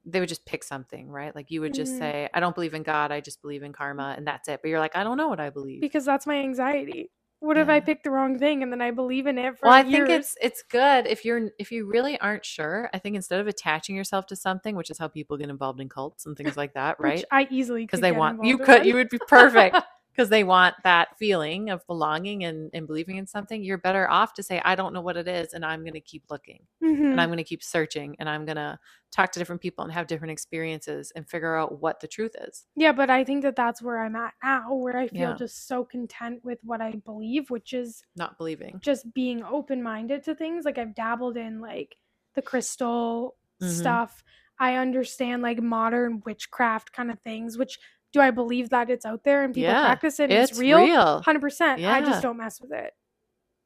[SPEAKER 2] they would just pick something, right? Like you would just
[SPEAKER 1] Mhm.
[SPEAKER 2] say I don't believe in God, I just believe in karma and that's it. But you're like I don't know what I believe.
[SPEAKER 1] Because that's my anxiety. What if I
[SPEAKER 2] Yeah.
[SPEAKER 1] picked the wrong thing and then I believe in it for
[SPEAKER 2] well, I
[SPEAKER 1] years?
[SPEAKER 2] think it's it's good if you're if you really aren't sure. I think instead of attaching yourself to something, which is how people get involved in cults and things like that,
[SPEAKER 1] which
[SPEAKER 2] right?
[SPEAKER 1] I easily
[SPEAKER 2] Because
[SPEAKER 1] could
[SPEAKER 2] they
[SPEAKER 1] get
[SPEAKER 2] want you
[SPEAKER 1] involved in
[SPEAKER 2] could
[SPEAKER 1] one.
[SPEAKER 2] you would be perfect because they want that feeling of belonging and, and believing in something. You're better off to say I don't know what it is and I'm going to keep looking.
[SPEAKER 1] Mhm.
[SPEAKER 2] and I'm going to keep searching and I'm going to talk to different people and have different experiences and figure out what the truth is.
[SPEAKER 1] Yeah, but I think that that's where I'm at now, where I feel
[SPEAKER 2] Yeah.
[SPEAKER 1] just so content with what I believe, which is
[SPEAKER 2] Not believing.
[SPEAKER 1] just being open minded to things. Like I've dabbled in like the crystal
[SPEAKER 2] Mhm.
[SPEAKER 1] stuff. I understand like modern witchcraft kind of things, which do I believe that it's out there and people
[SPEAKER 2] Yeah,
[SPEAKER 1] practice it and
[SPEAKER 2] It's,
[SPEAKER 1] it's,
[SPEAKER 2] real.
[SPEAKER 1] real? 100%. I
[SPEAKER 2] Yeah.
[SPEAKER 1] just don't mess with it.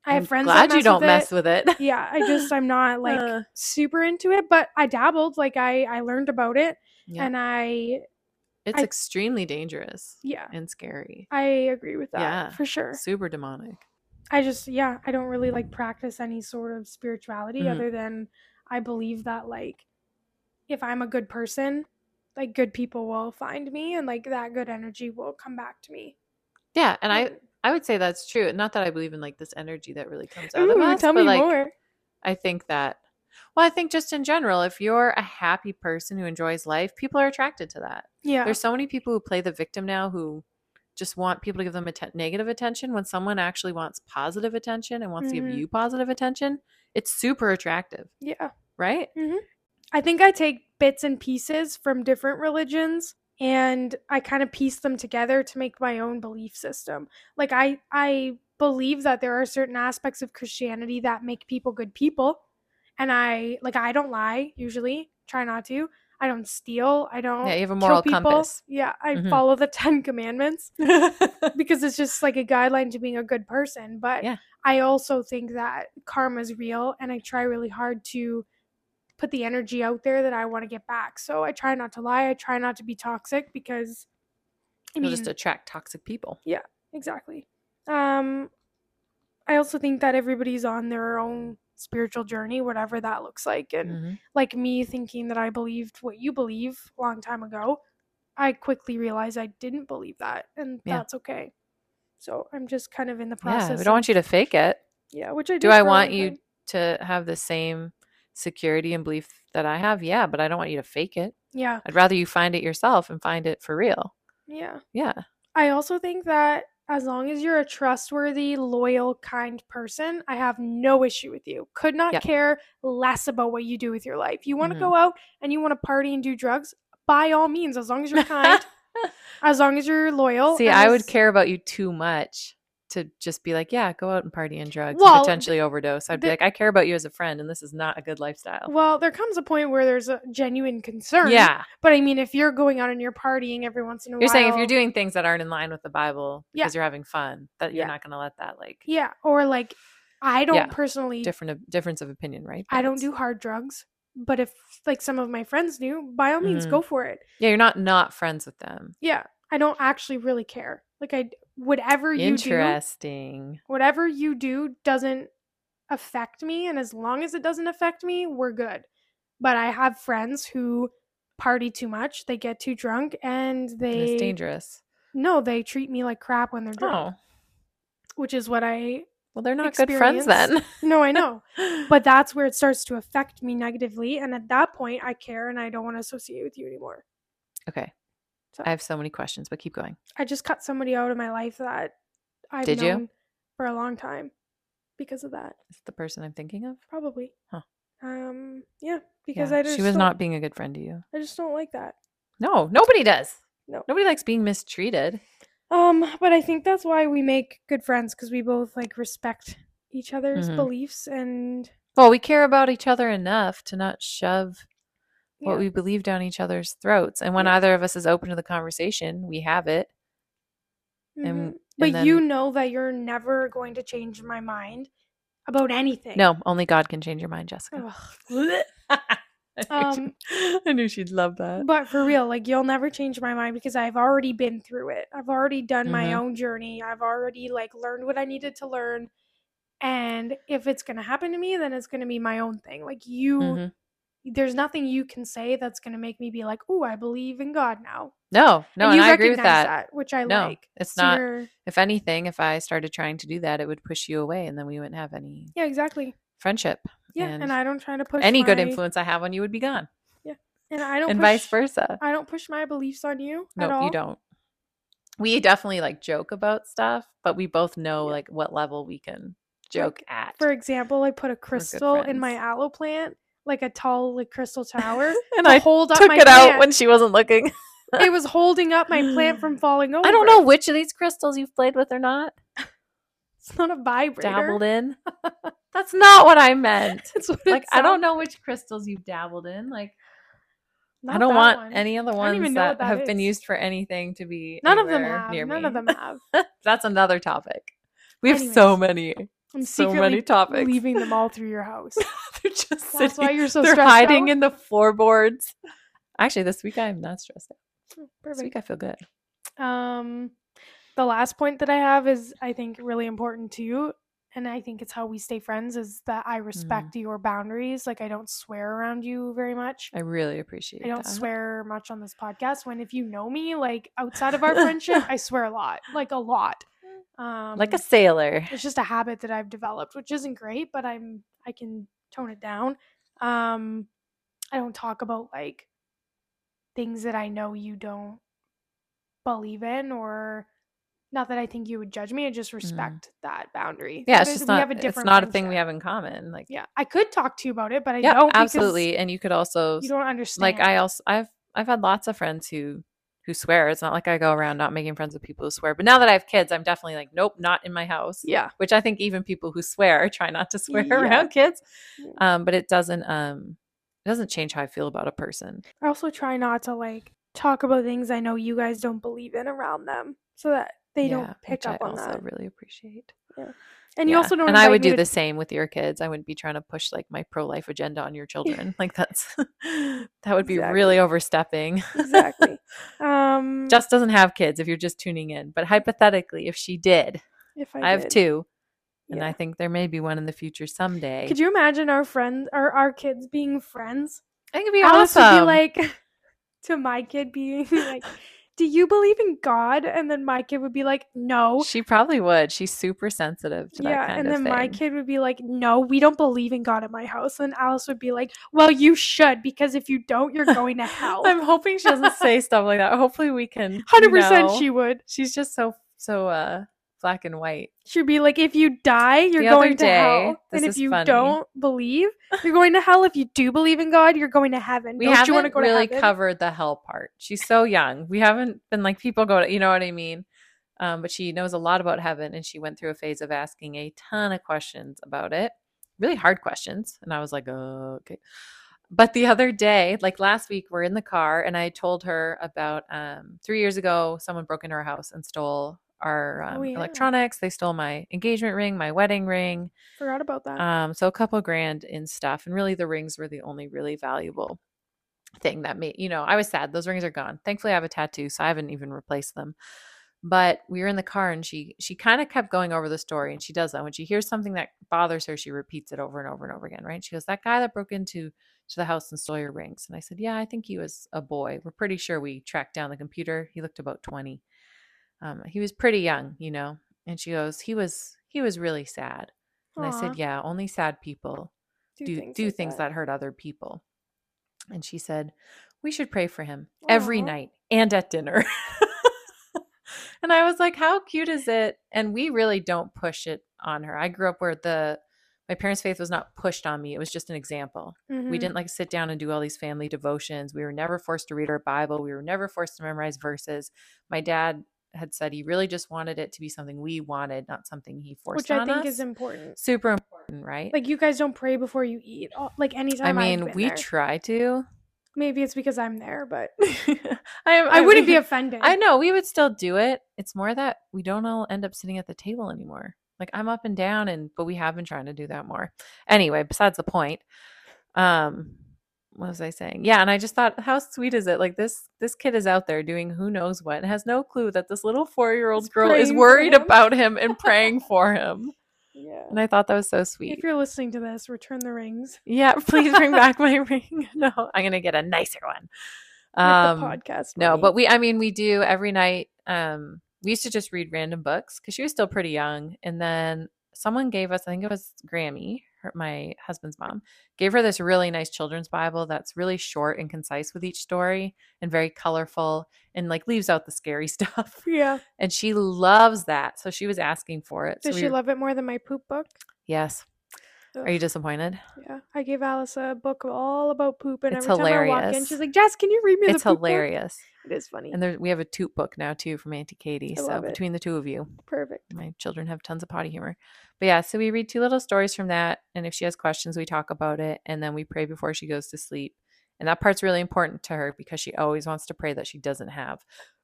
[SPEAKER 1] I have
[SPEAKER 2] I'm
[SPEAKER 1] friends
[SPEAKER 2] Glad
[SPEAKER 1] that mess
[SPEAKER 2] you don't
[SPEAKER 1] with
[SPEAKER 2] mess
[SPEAKER 1] it.
[SPEAKER 2] with
[SPEAKER 1] [LAUGHS]
[SPEAKER 2] it.
[SPEAKER 1] Yeah, I just I'm
[SPEAKER 2] [LAUGHS]
[SPEAKER 1] not like
[SPEAKER 2] Uh,
[SPEAKER 1] super into it, but I dabbled like I I learned about it
[SPEAKER 2] yeah.
[SPEAKER 1] and I
[SPEAKER 2] it's
[SPEAKER 1] I-
[SPEAKER 2] extremely dangerous
[SPEAKER 1] yeah,
[SPEAKER 2] and scary.
[SPEAKER 1] I agree with that
[SPEAKER 2] Yeah.
[SPEAKER 1] for sure.
[SPEAKER 2] Super demonic.
[SPEAKER 1] I just yeah, I don't really like practice any sort of spirituality
[SPEAKER 2] Mhm.
[SPEAKER 1] other than I believe that like if I'm a good person, like good people will find me and like that good energy will come back to me.
[SPEAKER 2] Yeah, and I
[SPEAKER 1] Mm.
[SPEAKER 2] I would say that's true. Not that I believe in like this energy that really comes out of
[SPEAKER 1] Ooh,
[SPEAKER 2] us,
[SPEAKER 1] tell
[SPEAKER 2] but
[SPEAKER 1] me
[SPEAKER 2] like
[SPEAKER 1] more.
[SPEAKER 2] I think that well, I think just in general, if you're a happy person who enjoys life, people are attracted to that.
[SPEAKER 1] Yeah.
[SPEAKER 2] There's so many people who play the victim now who just want people to give them atten- negative attention when someone actually wants positive attention and wants to
[SPEAKER 1] Mhm.
[SPEAKER 2] give you positive attention. It's super attractive,
[SPEAKER 1] yeah.
[SPEAKER 2] right?
[SPEAKER 1] I think I take bits and pieces from different religions and I kind of piece them together to make my own belief system. Like I I believe that there are certain aspects of Christianity that make people good people and I like I don't lie usually, try not to. I don't steal, I don't
[SPEAKER 2] Yeah, you have a
[SPEAKER 1] kill
[SPEAKER 2] moral
[SPEAKER 1] people. [LAUGHS]
[SPEAKER 2] compass.
[SPEAKER 1] Yeah, I
[SPEAKER 2] Mhm.
[SPEAKER 1] follow the [LAUGHS] 10 commandments
[SPEAKER 2] yeah,
[SPEAKER 1] because it's just like a guideline to being a good person. But
[SPEAKER 2] Yeah.
[SPEAKER 1] I also think that karma is real, and I try really hard to put the energy out there that I want to get back. So I try not to lie. I try not to be toxic because I
[SPEAKER 2] You'll
[SPEAKER 1] mean,
[SPEAKER 2] just attract toxic people.
[SPEAKER 1] exactly. Um, I also think that everybody's on their own spiritual journey, whatever that looks like, and
[SPEAKER 2] Mhm.
[SPEAKER 1] like me thinking that I believed what you believe a long time ago, I quickly realized I didn't believe that, and
[SPEAKER 2] Yeah.
[SPEAKER 1] that's okay. So I'm just kind of in the
[SPEAKER 2] Yeah,
[SPEAKER 1] process.
[SPEAKER 2] we don't want you to fake it.
[SPEAKER 1] Yeah, which I
[SPEAKER 2] Do
[SPEAKER 1] did
[SPEAKER 2] I
[SPEAKER 1] for a
[SPEAKER 2] want
[SPEAKER 1] long
[SPEAKER 2] you
[SPEAKER 1] time.
[SPEAKER 2] to have the same security and belief that I have? Yeah, but I don't want you to fake it.
[SPEAKER 1] Yeah,
[SPEAKER 2] I'd rather you find it yourself and find it for real.
[SPEAKER 1] yeah.
[SPEAKER 2] Yeah.
[SPEAKER 1] I also think that as long as you're a trustworthy, loyal, kind person, I have no issue with you. Could not
[SPEAKER 2] Yeah.
[SPEAKER 1] care less about what you do with your life. You want to
[SPEAKER 2] Mhm.
[SPEAKER 1] go out and you want to party and do drugs, by all means, as long as you're
[SPEAKER 2] [LAUGHS]
[SPEAKER 1] kind, as long as you're loyal.
[SPEAKER 2] See,
[SPEAKER 1] Oh, and
[SPEAKER 2] I would
[SPEAKER 1] as-
[SPEAKER 2] care about you too much to just be like, yeah, go out and party and drugs,
[SPEAKER 1] Well,
[SPEAKER 2] and potentially overdose. I'd be
[SPEAKER 1] the-
[SPEAKER 2] like, I care about you as a friend, and this is not a good lifestyle.
[SPEAKER 1] Well, there comes a point where there's a genuine concern.
[SPEAKER 2] yeah,
[SPEAKER 1] But I mean, if you're going out and you're partying every once in a
[SPEAKER 2] you're
[SPEAKER 1] while.
[SPEAKER 2] saying if you're doing things that aren't in line with the Bible
[SPEAKER 1] Yeah.
[SPEAKER 2] because you're having fun, that you're
[SPEAKER 1] Yeah.
[SPEAKER 2] not going to let that like
[SPEAKER 1] Yeah, or like, I don't
[SPEAKER 2] Yeah.
[SPEAKER 1] personally
[SPEAKER 2] different of- difference of opinion, right?
[SPEAKER 1] I don't
[SPEAKER 2] That's-
[SPEAKER 1] do hard drugs, but if like some of my friends do, by all means,
[SPEAKER 2] Mhm.
[SPEAKER 1] go for it.
[SPEAKER 2] Yeah, you're not not friends with them.
[SPEAKER 1] Yeah, I don't actually really care. Like I, whatever you do,
[SPEAKER 2] Interesting.
[SPEAKER 1] whatever you do doesn't affect me, and as long as it doesn't affect me, we're good. But I have friends who party too much, they get too drunk, and
[SPEAKER 2] And it's
[SPEAKER 1] they
[SPEAKER 2] dangerous.
[SPEAKER 1] no, they treat me like crap when they're drunk,
[SPEAKER 2] Oh,
[SPEAKER 1] which is what I
[SPEAKER 2] Well, they're not good friends then.
[SPEAKER 1] No, I
[SPEAKER 2] [LAUGHS]
[SPEAKER 1] know. [LAUGHS] But that's where it starts to affect me negatively. And at that point, I care and I don't want to associate with you anymore.
[SPEAKER 2] okay.
[SPEAKER 1] So-
[SPEAKER 2] I have so many questions, but keep going.
[SPEAKER 1] I just cut somebody out of my life that I've
[SPEAKER 2] Did you?
[SPEAKER 1] known for a long time because of that.
[SPEAKER 2] Is it the person I'm thinking of?
[SPEAKER 1] Probably.
[SPEAKER 2] Huh.
[SPEAKER 1] Um. Yeah. Because
[SPEAKER 2] Yeah,
[SPEAKER 1] I just
[SPEAKER 2] she was
[SPEAKER 1] don't-
[SPEAKER 2] not being a good friend to you.
[SPEAKER 1] I just don't like that.
[SPEAKER 2] No, nobody does.
[SPEAKER 1] No.
[SPEAKER 2] Nobody likes being mistreated.
[SPEAKER 1] Um. But I think that's why we make good friends because we both like respect each other's
[SPEAKER 2] Mhm.
[SPEAKER 1] beliefs and
[SPEAKER 2] Well, we care about each other enough to not shove
[SPEAKER 1] yeah.
[SPEAKER 2] what we believe down each other's throats. And when
[SPEAKER 1] Yeah.
[SPEAKER 2] either of us is open to the conversation, we have it. and-
[SPEAKER 1] Mhm.
[SPEAKER 2] and
[SPEAKER 1] but you
[SPEAKER 2] then-
[SPEAKER 1] know that you're never going to change my mind about anything.
[SPEAKER 2] No, only God can change your mind, Jessica.
[SPEAKER 1] Ugh.
[SPEAKER 2] [LAUGHS] I, knew
[SPEAKER 1] Um,
[SPEAKER 2] she- [LAUGHS] I knew she'd love that.
[SPEAKER 1] But for real, like you'll never change my mind because I've already been through it. I've already done my
[SPEAKER 2] Mhm.
[SPEAKER 1] own journey. I've already like learned what I needed to learn. And if it's going to happen to me, then it's going to be my own thing. Like you
[SPEAKER 2] Mhm.
[SPEAKER 1] there's nothing you can say that's going to make me be like, "Oh, I believe in God now."
[SPEAKER 2] No, no, and,
[SPEAKER 1] you
[SPEAKER 2] I agree with
[SPEAKER 1] recognize
[SPEAKER 2] that.
[SPEAKER 1] which I
[SPEAKER 2] No,
[SPEAKER 1] like.
[SPEAKER 2] it's not-
[SPEAKER 1] you're-
[SPEAKER 2] If anything, if I started trying to do that, it would push you away and then we wouldn't have any
[SPEAKER 1] Yeah, exactly.
[SPEAKER 2] friendship.
[SPEAKER 1] Yeah,
[SPEAKER 2] And
[SPEAKER 1] and, I don't try to push
[SPEAKER 2] Any good
[SPEAKER 1] my-
[SPEAKER 2] influence I have on you would be gone.
[SPEAKER 1] And I don't
[SPEAKER 2] And
[SPEAKER 1] push,
[SPEAKER 2] vice versa.
[SPEAKER 1] I don't push my beliefs on you at
[SPEAKER 2] No,
[SPEAKER 1] all.
[SPEAKER 2] you don't. We definitely like joke about stuff, but we both know
[SPEAKER 1] Yeah.
[SPEAKER 2] like what level we can joke at.
[SPEAKER 1] For example, I put a crystal in my
[SPEAKER 2] friends.
[SPEAKER 1] aloe plant, like a tall like crystal tower.
[SPEAKER 2] and
[SPEAKER 1] to
[SPEAKER 2] [LAUGHS] I
[SPEAKER 1] hold up
[SPEAKER 2] took
[SPEAKER 1] my
[SPEAKER 2] it
[SPEAKER 1] plant.
[SPEAKER 2] out when she wasn't looking.
[SPEAKER 1] it was holding up my plant
[SPEAKER 2] [GASPS]
[SPEAKER 1] from falling over.
[SPEAKER 2] I don't know which of these crystals you've played with or not.
[SPEAKER 1] It's not a vibrator.
[SPEAKER 2] Dabbled in. That's not what I meant.
[SPEAKER 1] [LAUGHS] That's what it
[SPEAKER 2] Like I don't
[SPEAKER 1] sound-
[SPEAKER 2] know which crystals you've dabbled in. Like I
[SPEAKER 1] not
[SPEAKER 2] don't
[SPEAKER 1] that
[SPEAKER 2] want
[SPEAKER 1] one.
[SPEAKER 2] any of the
[SPEAKER 1] I don't
[SPEAKER 2] ones
[SPEAKER 1] even know
[SPEAKER 2] that,
[SPEAKER 1] what that
[SPEAKER 2] have been
[SPEAKER 1] is.
[SPEAKER 2] used for anything to be
[SPEAKER 1] None of them
[SPEAKER 2] anywhere
[SPEAKER 1] have.
[SPEAKER 2] near
[SPEAKER 1] None
[SPEAKER 2] me.
[SPEAKER 1] of them have.
[SPEAKER 2] [LAUGHS] That's another topic. We have so
[SPEAKER 1] Anyways,
[SPEAKER 2] many,
[SPEAKER 1] I'm
[SPEAKER 2] [LAUGHS] so
[SPEAKER 1] secretly
[SPEAKER 2] many topics.
[SPEAKER 1] leaving
[SPEAKER 2] [LAUGHS]
[SPEAKER 1] them all through your house.
[SPEAKER 2] They're just
[SPEAKER 1] That's
[SPEAKER 2] sitting-
[SPEAKER 1] why you're so
[SPEAKER 2] They're
[SPEAKER 1] stressed
[SPEAKER 2] hiding
[SPEAKER 1] out.
[SPEAKER 2] in the floorboards. Actually, this week I'm not stressed out.
[SPEAKER 1] Oh,
[SPEAKER 2] This week
[SPEAKER 1] Perfect.
[SPEAKER 2] I feel good.
[SPEAKER 1] Um, the last point that I have is I think really important to you, and I think it's how we stay friends is that I
[SPEAKER 2] Mm-hmm.
[SPEAKER 1] respect your boundaries. Like I don't swear around you very much.
[SPEAKER 2] I really appreciate.
[SPEAKER 1] I don't
[SPEAKER 2] that.
[SPEAKER 1] swear much on this podcast. When if you know me, like outside
[SPEAKER 2] [LAUGHS]
[SPEAKER 1] of our friendship, I swear a lot, like a lot. Um,
[SPEAKER 2] like a sailor.
[SPEAKER 1] it's just a habit that I've developed, which isn't great, but I'm I can tone it down. Um, I don't talk about like things that I know you don't believe in, or not that I think you would judge me. I just respect that boundary.
[SPEAKER 2] Mm-hmm. Yeah,
[SPEAKER 1] That
[SPEAKER 2] it's
[SPEAKER 1] is-
[SPEAKER 2] just not. it's not a thing we
[SPEAKER 1] friendship.
[SPEAKER 2] have in common. Like,
[SPEAKER 1] Yeah, I could talk to you about it, but I
[SPEAKER 2] yeah,
[SPEAKER 1] don't. because
[SPEAKER 2] absolutely. And you could also
[SPEAKER 1] You don't understand.
[SPEAKER 2] like. I also I've I've had lots of friends who who swear. It's not like I go around not making friends with people who swear. But now that I have kids, I'm definitely like, nope, not in my house.
[SPEAKER 1] yeah.
[SPEAKER 2] Which I think even people who swear [LAUGHS] try not to swear
[SPEAKER 1] Yeah.
[SPEAKER 2] around kids.
[SPEAKER 1] Yeah.
[SPEAKER 2] Um, but it doesn't um it doesn't change how I feel about a person.
[SPEAKER 1] I also try not to like talk about things I know you guys don't believe in around them, so that they
[SPEAKER 2] Yeah,
[SPEAKER 1] don't pick
[SPEAKER 2] which
[SPEAKER 1] up
[SPEAKER 2] I
[SPEAKER 1] on
[SPEAKER 2] also
[SPEAKER 1] that.
[SPEAKER 2] really appreciate.
[SPEAKER 1] And you
[SPEAKER 2] Yeah.
[SPEAKER 1] also don't.
[SPEAKER 2] And I
[SPEAKER 1] invite
[SPEAKER 2] would
[SPEAKER 1] me
[SPEAKER 2] do
[SPEAKER 1] to-
[SPEAKER 2] the same with your kids. I wouldn't be trying to push like my pro life agenda
[SPEAKER 1] [LAUGHS]
[SPEAKER 2] on your children. like that's [LAUGHS] that would be really
[SPEAKER 1] Exactly. [LAUGHS]
[SPEAKER 2] overstepping. [LAUGHS]
[SPEAKER 1] exactly. Um,
[SPEAKER 2] Jess doesn't have kids if you're just tuning in. But hypothetically, if she did,
[SPEAKER 1] if
[SPEAKER 2] I, have
[SPEAKER 1] did.
[SPEAKER 2] two. And I
[SPEAKER 1] Yeah.
[SPEAKER 2] think there may be one in the future someday.
[SPEAKER 1] Could you imagine our friends or our kids being friends?
[SPEAKER 2] I think it'd be
[SPEAKER 1] Alice
[SPEAKER 2] awesome.
[SPEAKER 1] would be like [LAUGHS] to my kid being [LAUGHS] like, "Do you believe in God?" And then my kid would be like, "No."
[SPEAKER 2] she probably would. She's super sensitive to
[SPEAKER 1] yeah,
[SPEAKER 2] that kind
[SPEAKER 1] and
[SPEAKER 2] of
[SPEAKER 1] then
[SPEAKER 2] thing.
[SPEAKER 1] my kid would be like, "No, we don't believe in God at my house." And Alice would be like, "Well, you should because if you don't, you're going to hell."
[SPEAKER 2] [LAUGHS] I'm hoping she doesn't say stuff like that. Hopefully we can you
[SPEAKER 1] Hundred percent,
[SPEAKER 2] know.
[SPEAKER 1] she would.
[SPEAKER 2] she's just so so uh black and white.
[SPEAKER 1] She'd be like, "If you die, you're
[SPEAKER 2] The other
[SPEAKER 1] going to
[SPEAKER 2] day-
[SPEAKER 1] hell,
[SPEAKER 2] this
[SPEAKER 1] and if
[SPEAKER 2] is
[SPEAKER 1] you
[SPEAKER 2] funny.
[SPEAKER 1] don't believe, you're going to hell. If you do believe in God, you're going to heaven.
[SPEAKER 2] We
[SPEAKER 1] don't
[SPEAKER 2] haven't
[SPEAKER 1] you want to go
[SPEAKER 2] really
[SPEAKER 1] to heaven?"
[SPEAKER 2] covered the hell part. She's so young. We haven't been like people go to you know what I mean. Um, but she knows a lot about heaven and she went through a phase of asking a ton of questions about it. Really hard questions. And I was like, oh, okay. But the other day, like last week, we're in the car and I told her about um three years ago, someone broke into our house and stole our um,
[SPEAKER 1] Oh, yeah.
[SPEAKER 2] electronics. They stole my engagement ring, my wedding ring,
[SPEAKER 1] Forgot about that.
[SPEAKER 2] Um, so a couple grand in stuff, and really the rings were the only really valuable thing that made you know I was sad. Those rings are gone. Thankfully, I have a tattoo, so I haven't even replaced them. But we were in the car, and she she kind of kept going over the story, and she does that when she hears something that bothers her, she repeats it over and over and over again. Right? She goes, "That guy that broke into to the house and stole your rings," and I said, "Yeah, I think he was a boy. We're pretty sure we tracked down the computer. He looked about twenty. Um, he was pretty young, you know." And she goes, "He was He was really sad. And I
[SPEAKER 1] Aw,
[SPEAKER 2] said, Yeah, only sad people do do things,
[SPEAKER 1] like
[SPEAKER 2] that. hurt other people. And she said, We should pray for him every
[SPEAKER 1] Aw.
[SPEAKER 2] night and at dinner. [LAUGHS] and I was like, How cute is it? And we really don't push it on her. I grew up where the my parents' faith was not pushed on me. It was just an example. We
[SPEAKER 1] Mhm.
[SPEAKER 2] didn't like sit down and do all these family devotions. We were never forced to read our Bible. We were never forced to memorize verses. My dad had said he really just wanted it to be something we wanted, not something he forced
[SPEAKER 1] which I
[SPEAKER 2] on
[SPEAKER 1] think
[SPEAKER 2] us.
[SPEAKER 1] is important.
[SPEAKER 2] Super important, right?
[SPEAKER 1] Like you guys don't pray before you eat. all- Like
[SPEAKER 2] I
[SPEAKER 1] anytime. I've
[SPEAKER 2] mean,
[SPEAKER 1] been
[SPEAKER 2] we
[SPEAKER 1] there.
[SPEAKER 2] try to.
[SPEAKER 1] Maybe it's because I'm there, but [LAUGHS]
[SPEAKER 2] I,
[SPEAKER 1] I wouldn't
[SPEAKER 2] [LAUGHS]
[SPEAKER 1] be
[SPEAKER 2] a.
[SPEAKER 1] offended.
[SPEAKER 2] I know we would still do it. It's more that we don't all end up sitting at the table anymore. Like I'm up and down, and but we have been trying to do that more. Anyway, besides the point, um, what was I saying? Yeah, and I just thought, how sweet is it? Like this this kid is out there doing who knows what and has no clue that this little four year
[SPEAKER 1] Is
[SPEAKER 2] old girl
[SPEAKER 1] praying
[SPEAKER 2] is
[SPEAKER 1] for
[SPEAKER 2] worried
[SPEAKER 1] him.
[SPEAKER 2] about him and
[SPEAKER 1] [LAUGHS]
[SPEAKER 2] praying for him.
[SPEAKER 1] Yeah.
[SPEAKER 2] And I thought that was so sweet.
[SPEAKER 1] If you're listening to this, return the rings.
[SPEAKER 2] Yeah, [LAUGHS] please bring back my ring. [LAUGHS] No, I'm gonna get a nicer one.
[SPEAKER 1] with
[SPEAKER 2] Um,
[SPEAKER 1] the podcast.
[SPEAKER 2] no,
[SPEAKER 1] money.
[SPEAKER 2] but we, I mean, we do every night. Um, we used to just read random books because she was still pretty young. And then someone gave us, I think it was Grammy, her, my husband's mom, gave her this really nice children's Bible that's really short and concise with each story and very colorful and like leaves out the scary [LAUGHS] stuff.
[SPEAKER 1] yeah.
[SPEAKER 2] And she loves that. So she was asking for it.
[SPEAKER 1] Does
[SPEAKER 2] so
[SPEAKER 1] she
[SPEAKER 2] we-
[SPEAKER 1] love it more than my poop book?
[SPEAKER 2] Yes. Are you
[SPEAKER 1] Ugh.
[SPEAKER 2] disappointed?
[SPEAKER 1] Yeah. I gave Alice a book all about poop, and
[SPEAKER 2] It's
[SPEAKER 1] every time I walk in,
[SPEAKER 2] hilarious.
[SPEAKER 1] she's like, "Jess, can you read me the
[SPEAKER 2] It's
[SPEAKER 1] poop book?"
[SPEAKER 2] hilarious.
[SPEAKER 1] It is funny.
[SPEAKER 2] And there, we have a toot book now too from Auntie Katie.
[SPEAKER 1] I
[SPEAKER 2] so
[SPEAKER 1] love it.
[SPEAKER 2] between the two of you,
[SPEAKER 1] Perfect.
[SPEAKER 2] my children have tons of potty humor. But yeah, so we read two little stories from that. And if she has questions, we talk about it. And then we pray before she goes to sleep. And that part's really important to her because she always wants to pray that she doesn't have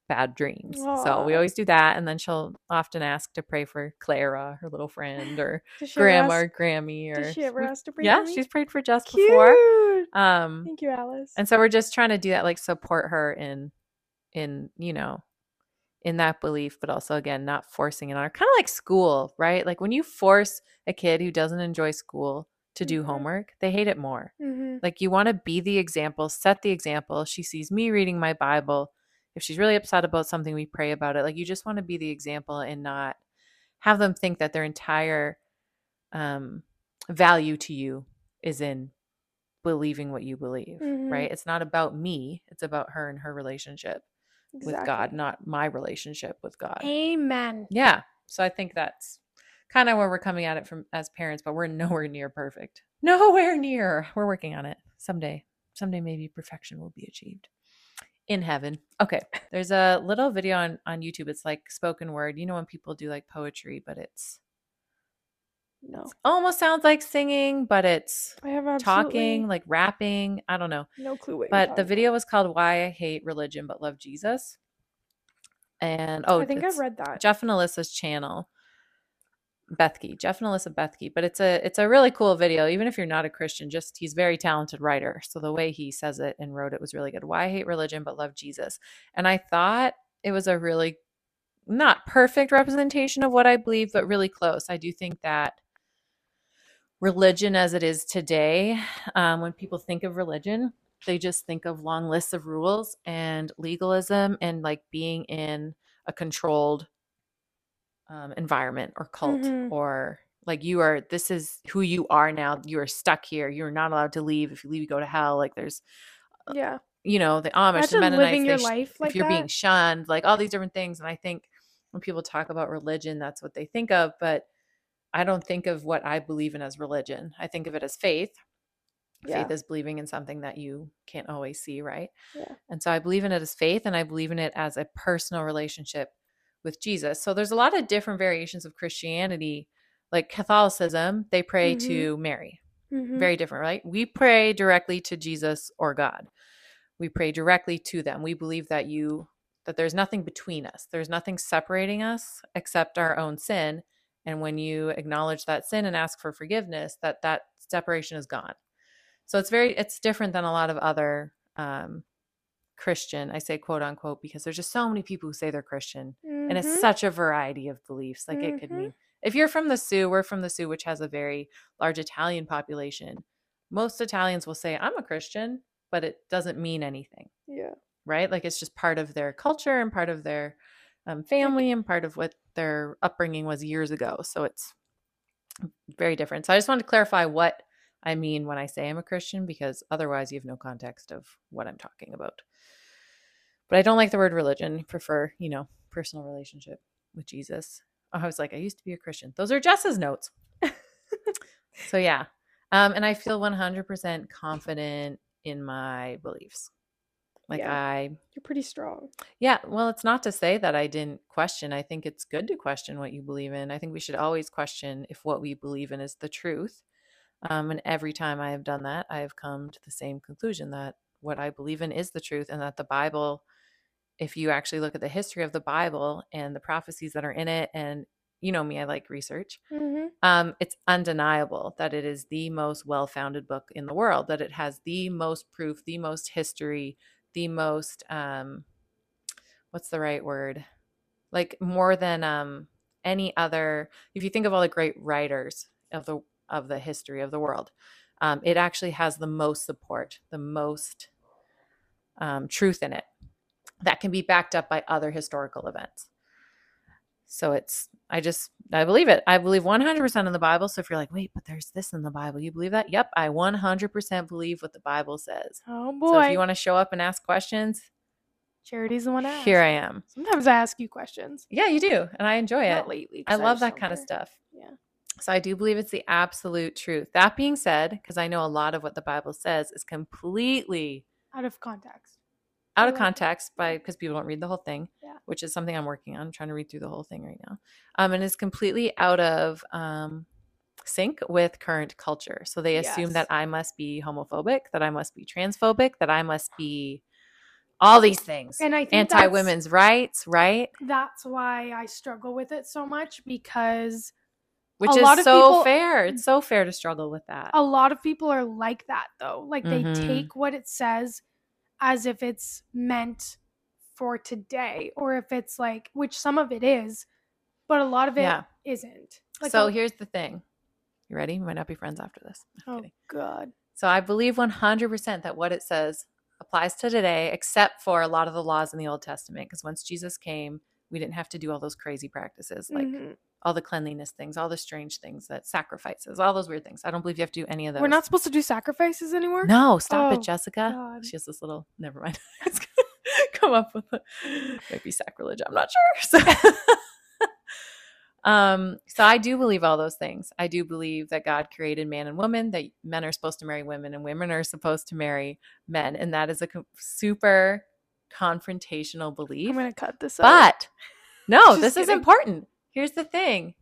[SPEAKER 2] bad dreams. So we
[SPEAKER 1] Aw.
[SPEAKER 2] always do that. And then she'll often ask to pray for Clara, her little friend, or
[SPEAKER 1] Does she ever
[SPEAKER 2] Grandma,
[SPEAKER 1] ask-
[SPEAKER 2] or Grammy, or
[SPEAKER 1] Does she ever
[SPEAKER 2] we-
[SPEAKER 1] ask to bring?
[SPEAKER 2] yeah,
[SPEAKER 1] me?
[SPEAKER 2] she's prayed for Jess
[SPEAKER 1] cute.
[SPEAKER 2] before. Um,
[SPEAKER 1] Thank you, Alice.
[SPEAKER 2] and so we're just trying to do that like support her in in you know in that belief but also again not forcing it on her kind of like school right like when you force a kid who doesn't enjoy school to do
[SPEAKER 1] Mhm.
[SPEAKER 2] homework they hate it more
[SPEAKER 1] mm-hmm.
[SPEAKER 2] like you want to be the example set the example she sees me reading my bible if she's really upset about something we pray about it like you just want to be the example and not have them think that their entire um value to you is in believing what you believe
[SPEAKER 1] Mhm.
[SPEAKER 2] right it's not about me it's about her and her relationship with god not my relationship with god
[SPEAKER 1] Amen.
[SPEAKER 2] yeah so i think that's kind of where we're coming at it from as parents but we're nowhere near perfect [LAUGHS] nowhere near we're working on it someday someday maybe perfection will be achieved in heaven okay there's a little video on on youtube it's like spoken word you know when people do like poetry but it's
[SPEAKER 1] No,
[SPEAKER 2] almost sounds like singing but it's
[SPEAKER 1] I have absolutely
[SPEAKER 2] talking like rapping i don't know
[SPEAKER 1] no clue what. you're
[SPEAKER 2] but the
[SPEAKER 1] talking
[SPEAKER 2] video was called "Why I Hate Religion But Love Jesus," and
[SPEAKER 1] about.
[SPEAKER 2] oh,
[SPEAKER 1] I think
[SPEAKER 2] it's
[SPEAKER 1] I read that.
[SPEAKER 2] Jeff and Alyssa's channel, Bethke, Jeff and Alyssa Bethke. But it's a it's a really cool video, even if you're not a Christian. Just he's a very talented writer, so the way he says it and wrote it was really good. Why I hate religion but love Jesus, and I thought it was a really not perfect representation of what I believe, but really close. I do think that religion as it is today, um, when people think of religion, they just think of long lists of rules and legalism and like being in a controlled um, environment or cult
[SPEAKER 1] Mhm.
[SPEAKER 2] or like you are this is who you are now you are stuck here you're not allowed to leave if you leave you go to hell like there's
[SPEAKER 1] yeah,
[SPEAKER 2] you know the amish the
[SPEAKER 1] imagine
[SPEAKER 2] mennonites
[SPEAKER 1] living
[SPEAKER 2] they
[SPEAKER 1] your
[SPEAKER 2] sh-
[SPEAKER 1] life like
[SPEAKER 2] if you're
[SPEAKER 1] that.
[SPEAKER 2] being shunned, like all these different things. And I think when people talk about religion, that's what they think of. But I don't think of what I believe in as religion. I think of it as faith.
[SPEAKER 1] Yeah.
[SPEAKER 2] Faith is believing in something that you can't always see, right?
[SPEAKER 1] Yeah.
[SPEAKER 2] And so I believe in it as faith and I believe in it as a personal relationship with Jesus. So there's a lot of different variations of Christianity. Like Catholicism, they pray
[SPEAKER 1] Mhm.
[SPEAKER 2] to Mary,
[SPEAKER 1] Mhm.
[SPEAKER 2] very different, right? We pray directly to Jesus or God. We pray directly to them. We believe that you that there's nothing between us. There's nothing separating us except our own sin. And when you acknowledge that sin and ask for forgiveness, that that separation is gone. So it's very it's different than a lot of other um Christian, I say quote unquote because there's just so many people who say they're Christian and it's
[SPEAKER 1] Mhm.
[SPEAKER 2] such a variety of beliefs like it could
[SPEAKER 1] Mhm.
[SPEAKER 2] mean if you're from the sioux we're from the sioux which has a very large italian population most italians will say i'm a christian but it doesn't mean anything
[SPEAKER 1] yeah.
[SPEAKER 2] right like it's just part of their culture and part of their um, family and part of what their upbringing was years ago. So it's very different. So I just wanted to clarify what I mean when I say I'm a Christian because otherwise you have no context of what I'm talking about. But I don't like the word religion. I prefer, you know, personal relationship with Jesus. I was like, I used to be a Christian. Those are Jess's notes. [LAUGHS] so yeah. Um, and I feel 100% confident in my beliefs. Like
[SPEAKER 1] Yeah.
[SPEAKER 2] I
[SPEAKER 1] You're pretty strong.
[SPEAKER 2] yeah, well, it's not to say that I didn't question. I think it's good to question what you believe in. I think we should always question if what we believe in is the truth. Um, and every time I have done that, I have come to the same conclusion that what I believe in is the truth and that the Bible, if you actually look at the history of the Bible and the prophecies that are in it, and you know me, I like research
[SPEAKER 1] Mm-hmm.
[SPEAKER 2] um, it's undeniable that it is the most well founded book in the world, that it has the most proof, the most history, the most, um, what's the right word? Like more than um, any other, if you think of all the great writers of the of the history of the world, um, it actually has the most support, the most um, truth in it that can be backed up by other historical events. So it's I just I believe it. I believe 100% in the Bible. So if you're like, "Wait, but there's this in the Bible." You believe that? Yep, I 100% believe what the Bible says.
[SPEAKER 1] Oh boy.
[SPEAKER 2] So if you want to show up and ask questions,
[SPEAKER 1] Charity's the one I ask.
[SPEAKER 2] here I am.
[SPEAKER 1] Sometimes I ask you questions.
[SPEAKER 2] Yeah, you do. And I enjoy it.
[SPEAKER 1] Not lately.
[SPEAKER 2] I
[SPEAKER 1] 'cause
[SPEAKER 2] love
[SPEAKER 1] just
[SPEAKER 2] that
[SPEAKER 1] don't
[SPEAKER 2] kind of
[SPEAKER 1] care.
[SPEAKER 2] stuff.
[SPEAKER 1] Yeah.
[SPEAKER 2] So I do believe it's the absolute truth. That being said, because I know a lot of what the Bible says is completely
[SPEAKER 1] Out of context.
[SPEAKER 2] out of
[SPEAKER 1] Uh-huh. Yeah.
[SPEAKER 2] context by because people don't read the whole thing,
[SPEAKER 1] Yeah.
[SPEAKER 2] which is something I'm working on. I'm trying to read through the whole thing right now, um, and is completely out of um, sync with current culture. So they assume that
[SPEAKER 1] Yes.
[SPEAKER 2] I must be homophobic, that I must be transphobic, that I must be all these things,
[SPEAKER 1] And I think that's-
[SPEAKER 2] anti women's rights, right?
[SPEAKER 1] That's why I struggle with it so much because
[SPEAKER 2] Which
[SPEAKER 1] A
[SPEAKER 2] is
[SPEAKER 1] lot of
[SPEAKER 2] so
[SPEAKER 1] people- Mm. Oh,
[SPEAKER 2] fair. It's so fair to struggle with that.
[SPEAKER 1] a lot of people are like that though. Like they
[SPEAKER 2] Mhm.
[SPEAKER 1] take what it says as if it's meant for today or if it's like which some of it is, but a lot of it
[SPEAKER 2] Yeah.
[SPEAKER 1] not Like oh,
[SPEAKER 2] so
[SPEAKER 1] a-
[SPEAKER 2] here's the thing. You ready? We might not be friends after this. I'm
[SPEAKER 1] Oh
[SPEAKER 2] kidding.
[SPEAKER 1] god.
[SPEAKER 2] So I believe 100% that what it says applies to today, except for a lot of the laws in the Old Testament. Because once Jesus came, we didn't have to do all those crazy practices, like
[SPEAKER 1] Mhm.
[SPEAKER 2] all the cleanliness things, all the strange things, that sacrifices, all those weird things. I don't believe you have to do any of those.
[SPEAKER 1] We're not supposed to do sacrifices anymore?
[SPEAKER 2] No, stop
[SPEAKER 1] Oh,
[SPEAKER 2] it, Jessica.
[SPEAKER 1] God.
[SPEAKER 2] She has this little. Never mind. [LAUGHS] It's gonna [LAUGHS] come up with a, might be sacrilege. I'm not sure. [LAUGHS] So, um, so I do believe all those things. I do believe that God created man and woman. That men are supposed to marry women, and women are supposed to marry men, and that is a co- super confrontational belief.
[SPEAKER 1] I'm going to cut this out. [LAUGHS]
[SPEAKER 2] But no,
[SPEAKER 1] Just
[SPEAKER 2] this is
[SPEAKER 1] kidding.
[SPEAKER 2] important. Here's the thing.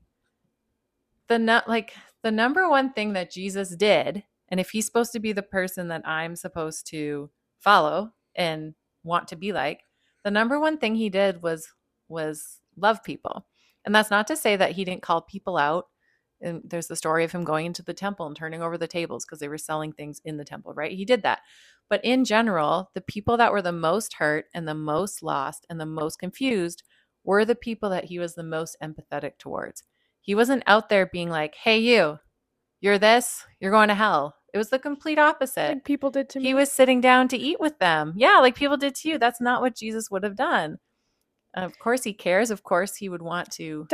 [SPEAKER 2] The nu- like the number one thing that Jesus did, and if he's supposed to be the person that I'm supposed to follow and want to be like, the number one thing he did was was love people. And that's not to say that he didn't call people out. And there's the story of him going into the temple and turning over the tables because they were selling things in the temple, right? He did that. But in general, the people that were the most hurt and the most lost and the most confused were the people that he was the most empathetic towards. He wasn't out there being like, hey, you, you're this, you're going to hell. It was the complete opposite.
[SPEAKER 1] Like people did to me.
[SPEAKER 2] He was sitting down to eat with them. Yeah, like people did to you. That's not what Jesus would have done. Of course, he cares. Of course, he would want to.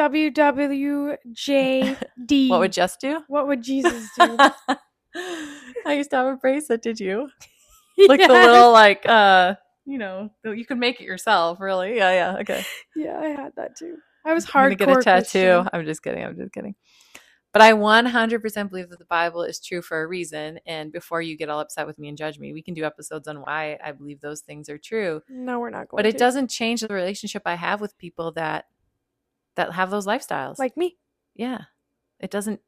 [SPEAKER 1] WWJD.
[SPEAKER 2] [LAUGHS] What would Jess do?
[SPEAKER 1] What would
[SPEAKER 2] [LAUGHS]
[SPEAKER 1] Jesus do?
[SPEAKER 2] I used to have a bracelet. Did [LAUGHS] you? Like the little, like, uh, you know, the- you can make it yourself, really. Yeah, yeah. Okay.
[SPEAKER 1] Yeah, I had that too. I was
[SPEAKER 2] I'm
[SPEAKER 1] hardcore.
[SPEAKER 2] gonna get a tattoo.
[SPEAKER 1] Christian.
[SPEAKER 2] I'm just kidding. I'm just kidding. But I 100% believe that the Bible is true for a reason. And before you get all upset with me and judge me, we can do episodes on why I believe those things are true.
[SPEAKER 1] No, we're not going.
[SPEAKER 2] but it
[SPEAKER 1] to.
[SPEAKER 2] doesn't change the relationship I have with people that that have those lifestyles.
[SPEAKER 1] like me.
[SPEAKER 2] yeah, it doesn't.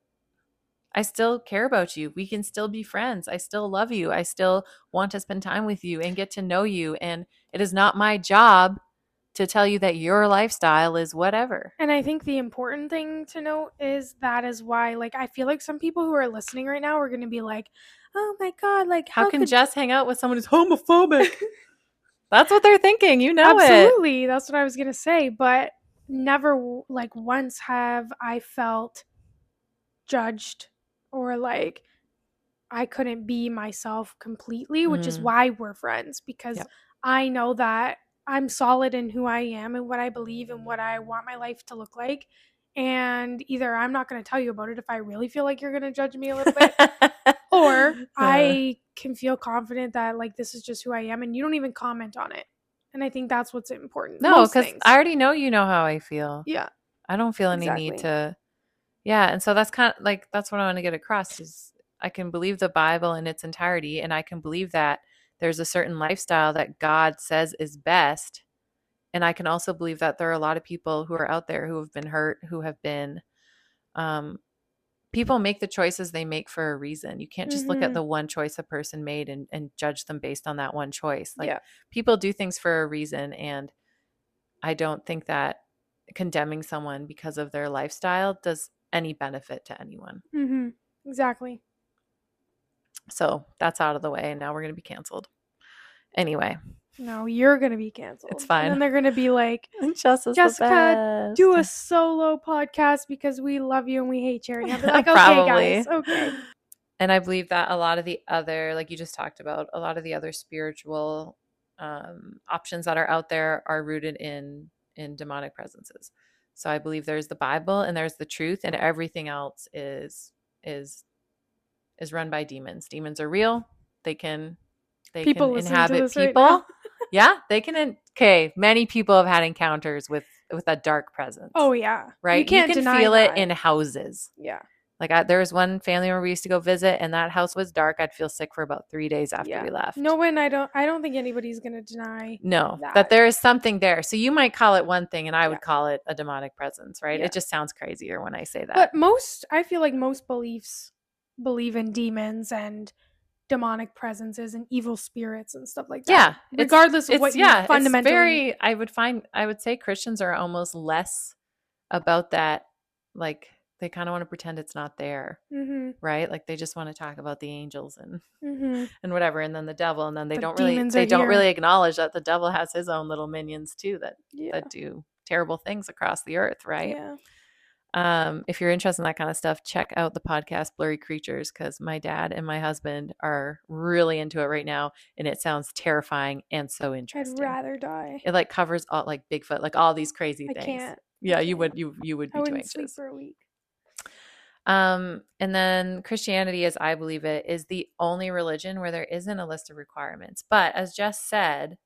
[SPEAKER 2] I still care about you. We can still be friends. I still love you. I still want to spend time with you and get to know you. And it is not my job to tell you that your lifestyle is whatever.
[SPEAKER 1] And I think the important thing to note is that is why, like, I feel like some people who are listening right now are going to be like, "Oh my god, like,
[SPEAKER 2] How,
[SPEAKER 1] how,
[SPEAKER 2] can
[SPEAKER 1] could
[SPEAKER 2] Jess hang out with someone who's
[SPEAKER 1] [LAUGHS]
[SPEAKER 2] homophobic? That's what they're thinking. You know it.
[SPEAKER 1] absolutely?" That's what I was going to say, but never, w- like, once have I felt judged or like I couldn't be myself completely, which is
[SPEAKER 2] Mm.
[SPEAKER 1] why we're friends because
[SPEAKER 2] Yep.
[SPEAKER 1] I know that I'm solid in who I am and what I believe and what I want my life to look like. And either I'm not going to tell you about it if I really feel like you're going to judge me a little bit,
[SPEAKER 2] [LAUGHS]
[SPEAKER 1] or
[SPEAKER 2] Yeah.
[SPEAKER 1] I can feel confident that like this is just who I am and you don't even comment on it. And I think that's what's important.
[SPEAKER 2] no,
[SPEAKER 1] Most
[SPEAKER 2] because
[SPEAKER 1] things.
[SPEAKER 2] I already know you know how I feel.
[SPEAKER 1] yeah,
[SPEAKER 2] I don't feel any need
[SPEAKER 1] Exactly.
[SPEAKER 2] to. Yeah, and so that's kind of like that's what I want to get across is I can believe the Bible in its entirety, and I can believe that there's a certain lifestyle that God says is best, and I can also believe that there are a lot of people who are out there who have been hurt, who have been. Um, people make the choices they make for a reason. You can't just look
[SPEAKER 1] Mhm.
[SPEAKER 2] at the one choice a person made and, and judge them based on that one choice. Like
[SPEAKER 1] yeah,
[SPEAKER 2] people do things for a reason and i don't think that condemning someone because of their lifestyle does any benefit to anyone
[SPEAKER 1] hmm exactly.
[SPEAKER 2] so that's out of the way and now we're going to be canceled anyway
[SPEAKER 1] No, you're gonna be canceled. And
[SPEAKER 2] fine.
[SPEAKER 1] then they're gonna be
[SPEAKER 2] [LAUGHS]
[SPEAKER 1] like,
[SPEAKER 2] jessica
[SPEAKER 1] Jessica, do a solo podcast because we love you and we hate charity.
[SPEAKER 2] [LAUGHS]
[SPEAKER 1] I'd be like, okay, guys, okay.
[SPEAKER 2] and i believe that a lot of the other like you just talked about a lot of the other spiritual um, options that are out there are rooted in in demonic presences so i believe there's the bible and there's the truth and everything else is is is run by demons demons are real they can they
[SPEAKER 1] People
[SPEAKER 2] can
[SPEAKER 1] listening to
[SPEAKER 2] inhabit
[SPEAKER 1] this right
[SPEAKER 2] people
[SPEAKER 1] now. [LAUGHS]
[SPEAKER 2] yeah they can en- okay many people have had encounters with with a dark presence
[SPEAKER 1] Oh yeah,
[SPEAKER 2] right
[SPEAKER 1] You can't
[SPEAKER 2] can
[SPEAKER 1] deny
[SPEAKER 2] feel
[SPEAKER 1] that.
[SPEAKER 2] it in houses
[SPEAKER 1] yeah,
[SPEAKER 2] like I, there was one family member we used to go visit, and that house was dark. I'd feel sick for about three days after
[SPEAKER 1] Yeah.
[SPEAKER 2] we left.
[SPEAKER 1] no one. I don't. I don't think anybody's gonna deny.
[SPEAKER 2] no, that.
[SPEAKER 1] That-
[SPEAKER 2] there is something there. So you might call it one thing, and I
[SPEAKER 1] Yeah.
[SPEAKER 2] would call it a demonic presence, right?
[SPEAKER 1] Yeah.
[SPEAKER 2] It just sounds crazier when I say that.
[SPEAKER 1] But most, I feel like most beliefs believe in demons and demonic presences and evil spirits and stuff like that.
[SPEAKER 2] yeah, it's-
[SPEAKER 1] regardless of
[SPEAKER 2] it's,
[SPEAKER 1] what
[SPEAKER 2] yeah,
[SPEAKER 1] you fundamentally.
[SPEAKER 2] It's very, I would find, I would say Christians are almost less about that. Like they kind of want to pretend it's not there,
[SPEAKER 1] Mhm,
[SPEAKER 2] right? Like they just want to talk about the angels and
[SPEAKER 1] mhm.
[SPEAKER 2] and whatever and then the devil and then they
[SPEAKER 1] The
[SPEAKER 2] don't really
[SPEAKER 1] demons
[SPEAKER 2] they
[SPEAKER 1] are
[SPEAKER 2] don't
[SPEAKER 1] here.
[SPEAKER 2] really acknowledge that the devil has his own little minions too that
[SPEAKER 1] Yeah.
[SPEAKER 2] that do terrible things across the earth right
[SPEAKER 1] Yeah.
[SPEAKER 2] um if you're interested in that kind of stuff check out the podcast blurry creatures because my dad and my husband are really into it right now and it sounds terrifying and so
[SPEAKER 1] I'd
[SPEAKER 2] interesting
[SPEAKER 1] rather die.
[SPEAKER 2] it like covers all like bigfoot like all these crazy
[SPEAKER 1] I
[SPEAKER 2] things
[SPEAKER 1] can't.
[SPEAKER 2] yeah you
[SPEAKER 1] can't.
[SPEAKER 2] would you you would
[SPEAKER 1] I
[SPEAKER 2] be too
[SPEAKER 1] wouldn't sleep
[SPEAKER 2] anxious
[SPEAKER 1] for a week.
[SPEAKER 2] um, and then Christianity, as I believe it, is the only religion where there isn't a list of requirements. But as Jess said,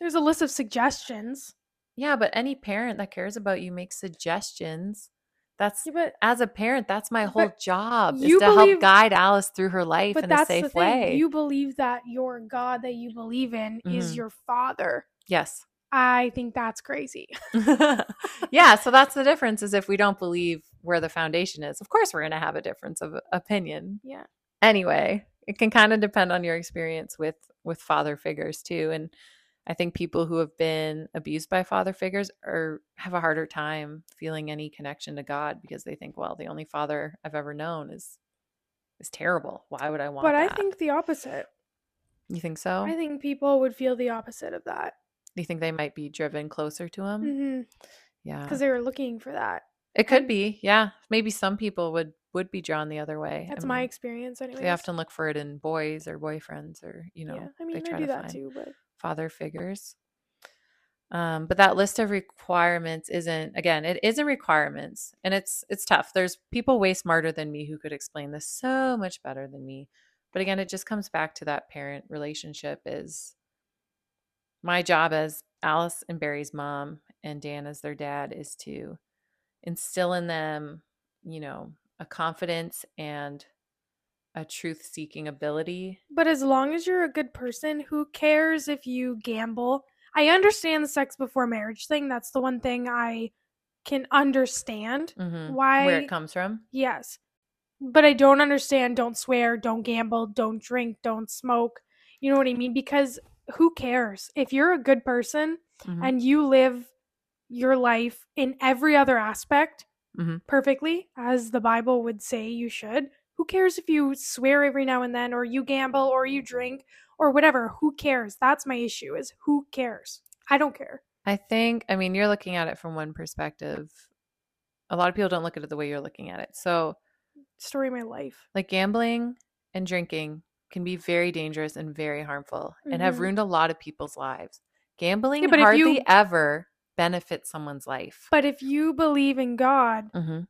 [SPEAKER 1] There's a list of suggestions.
[SPEAKER 2] yeah, but any parent that cares about you makes suggestions. That's
[SPEAKER 1] Yeah, but
[SPEAKER 2] as a parent, that's my whole
[SPEAKER 1] But
[SPEAKER 2] job is
[SPEAKER 1] you
[SPEAKER 2] to help
[SPEAKER 1] believe-
[SPEAKER 2] guide Alice through her life
[SPEAKER 1] but
[SPEAKER 2] in a
[SPEAKER 1] that's the
[SPEAKER 2] safe
[SPEAKER 1] thing.
[SPEAKER 2] way.
[SPEAKER 1] You believe that your God that you believe in is
[SPEAKER 2] Mhm.
[SPEAKER 1] your father.
[SPEAKER 2] yes. [LAUGHS]
[SPEAKER 1] I think that's crazy. [LAUGHS]
[SPEAKER 2] yeah, so that's the difference is if we don't believe where the foundation is, of course we're going to have a difference of opinion.
[SPEAKER 1] Yeah.
[SPEAKER 2] Anyway, it can kind of depend on your experience with with father figures too and I think people who have been abused by father figures are have a harder time feeling any connection to God because they think, well, the only father I've ever known is is terrible. Why would I want
[SPEAKER 1] But I
[SPEAKER 2] that? Oh.
[SPEAKER 1] think the opposite.
[SPEAKER 2] you think so?
[SPEAKER 1] I think people would feel the opposite of that.
[SPEAKER 2] you think they might be driven closer to him?
[SPEAKER 1] hmm
[SPEAKER 2] Um, Yeah.
[SPEAKER 1] because they were looking for that.
[SPEAKER 2] It could
[SPEAKER 1] And-
[SPEAKER 2] be, yeah. Maybe some people would would be drawn the other way.
[SPEAKER 1] That's
[SPEAKER 2] and
[SPEAKER 1] my experience, anyway.
[SPEAKER 2] They often look for it in boys or boyfriends or you know
[SPEAKER 1] I mean,
[SPEAKER 2] they
[SPEAKER 1] I
[SPEAKER 2] try
[SPEAKER 1] do
[SPEAKER 2] to
[SPEAKER 1] that
[SPEAKER 2] find
[SPEAKER 1] too, but
[SPEAKER 2] father figures. Um, but that list of requirements isn't again it isn't requirements and it's it's tough. There's people way smarter than me who could explain this so much better than me. But again, it just comes back to that parent relationship is my job as Alice and Barry's mom and Dan as their dad is to instill in them, you know, a confidence and a truth seeking ability.
[SPEAKER 1] but as long as you're a good person, who cares if you gamble? I understand the sex before marriage thing. That's the one thing I can understand.
[SPEAKER 2] Mhm. where
[SPEAKER 1] Why?
[SPEAKER 2] it comes from.
[SPEAKER 1] Yes, but I don't understand. Don't swear. Don't gamble. Don't drink. Don't smoke. You know what I mean? Because who cares if you're a good person?
[SPEAKER 2] Mhm.
[SPEAKER 1] and you live your life in every other aspect
[SPEAKER 2] Mhm.
[SPEAKER 1] perfectly, as the Bible would say you should, who cares if you swear every now and then, or you gamble, or you drink, or whatever? Who cares? That's my issue: is who cares? I don't care.
[SPEAKER 2] I think, I mean, you're looking at it from one perspective. A lot of people don't look at it the way you're looking at it. So,
[SPEAKER 1] Story of my life.
[SPEAKER 2] like gambling and drinking can be very dangerous and very harmful and have
[SPEAKER 1] Mhm.
[SPEAKER 2] ruined a lot of people's lives. Gambling
[SPEAKER 1] Yeah, but if
[SPEAKER 2] hardly
[SPEAKER 1] you-
[SPEAKER 2] ever benefits someone's life.
[SPEAKER 1] But Mm-hmm. if you believe in God
[SPEAKER 2] hmm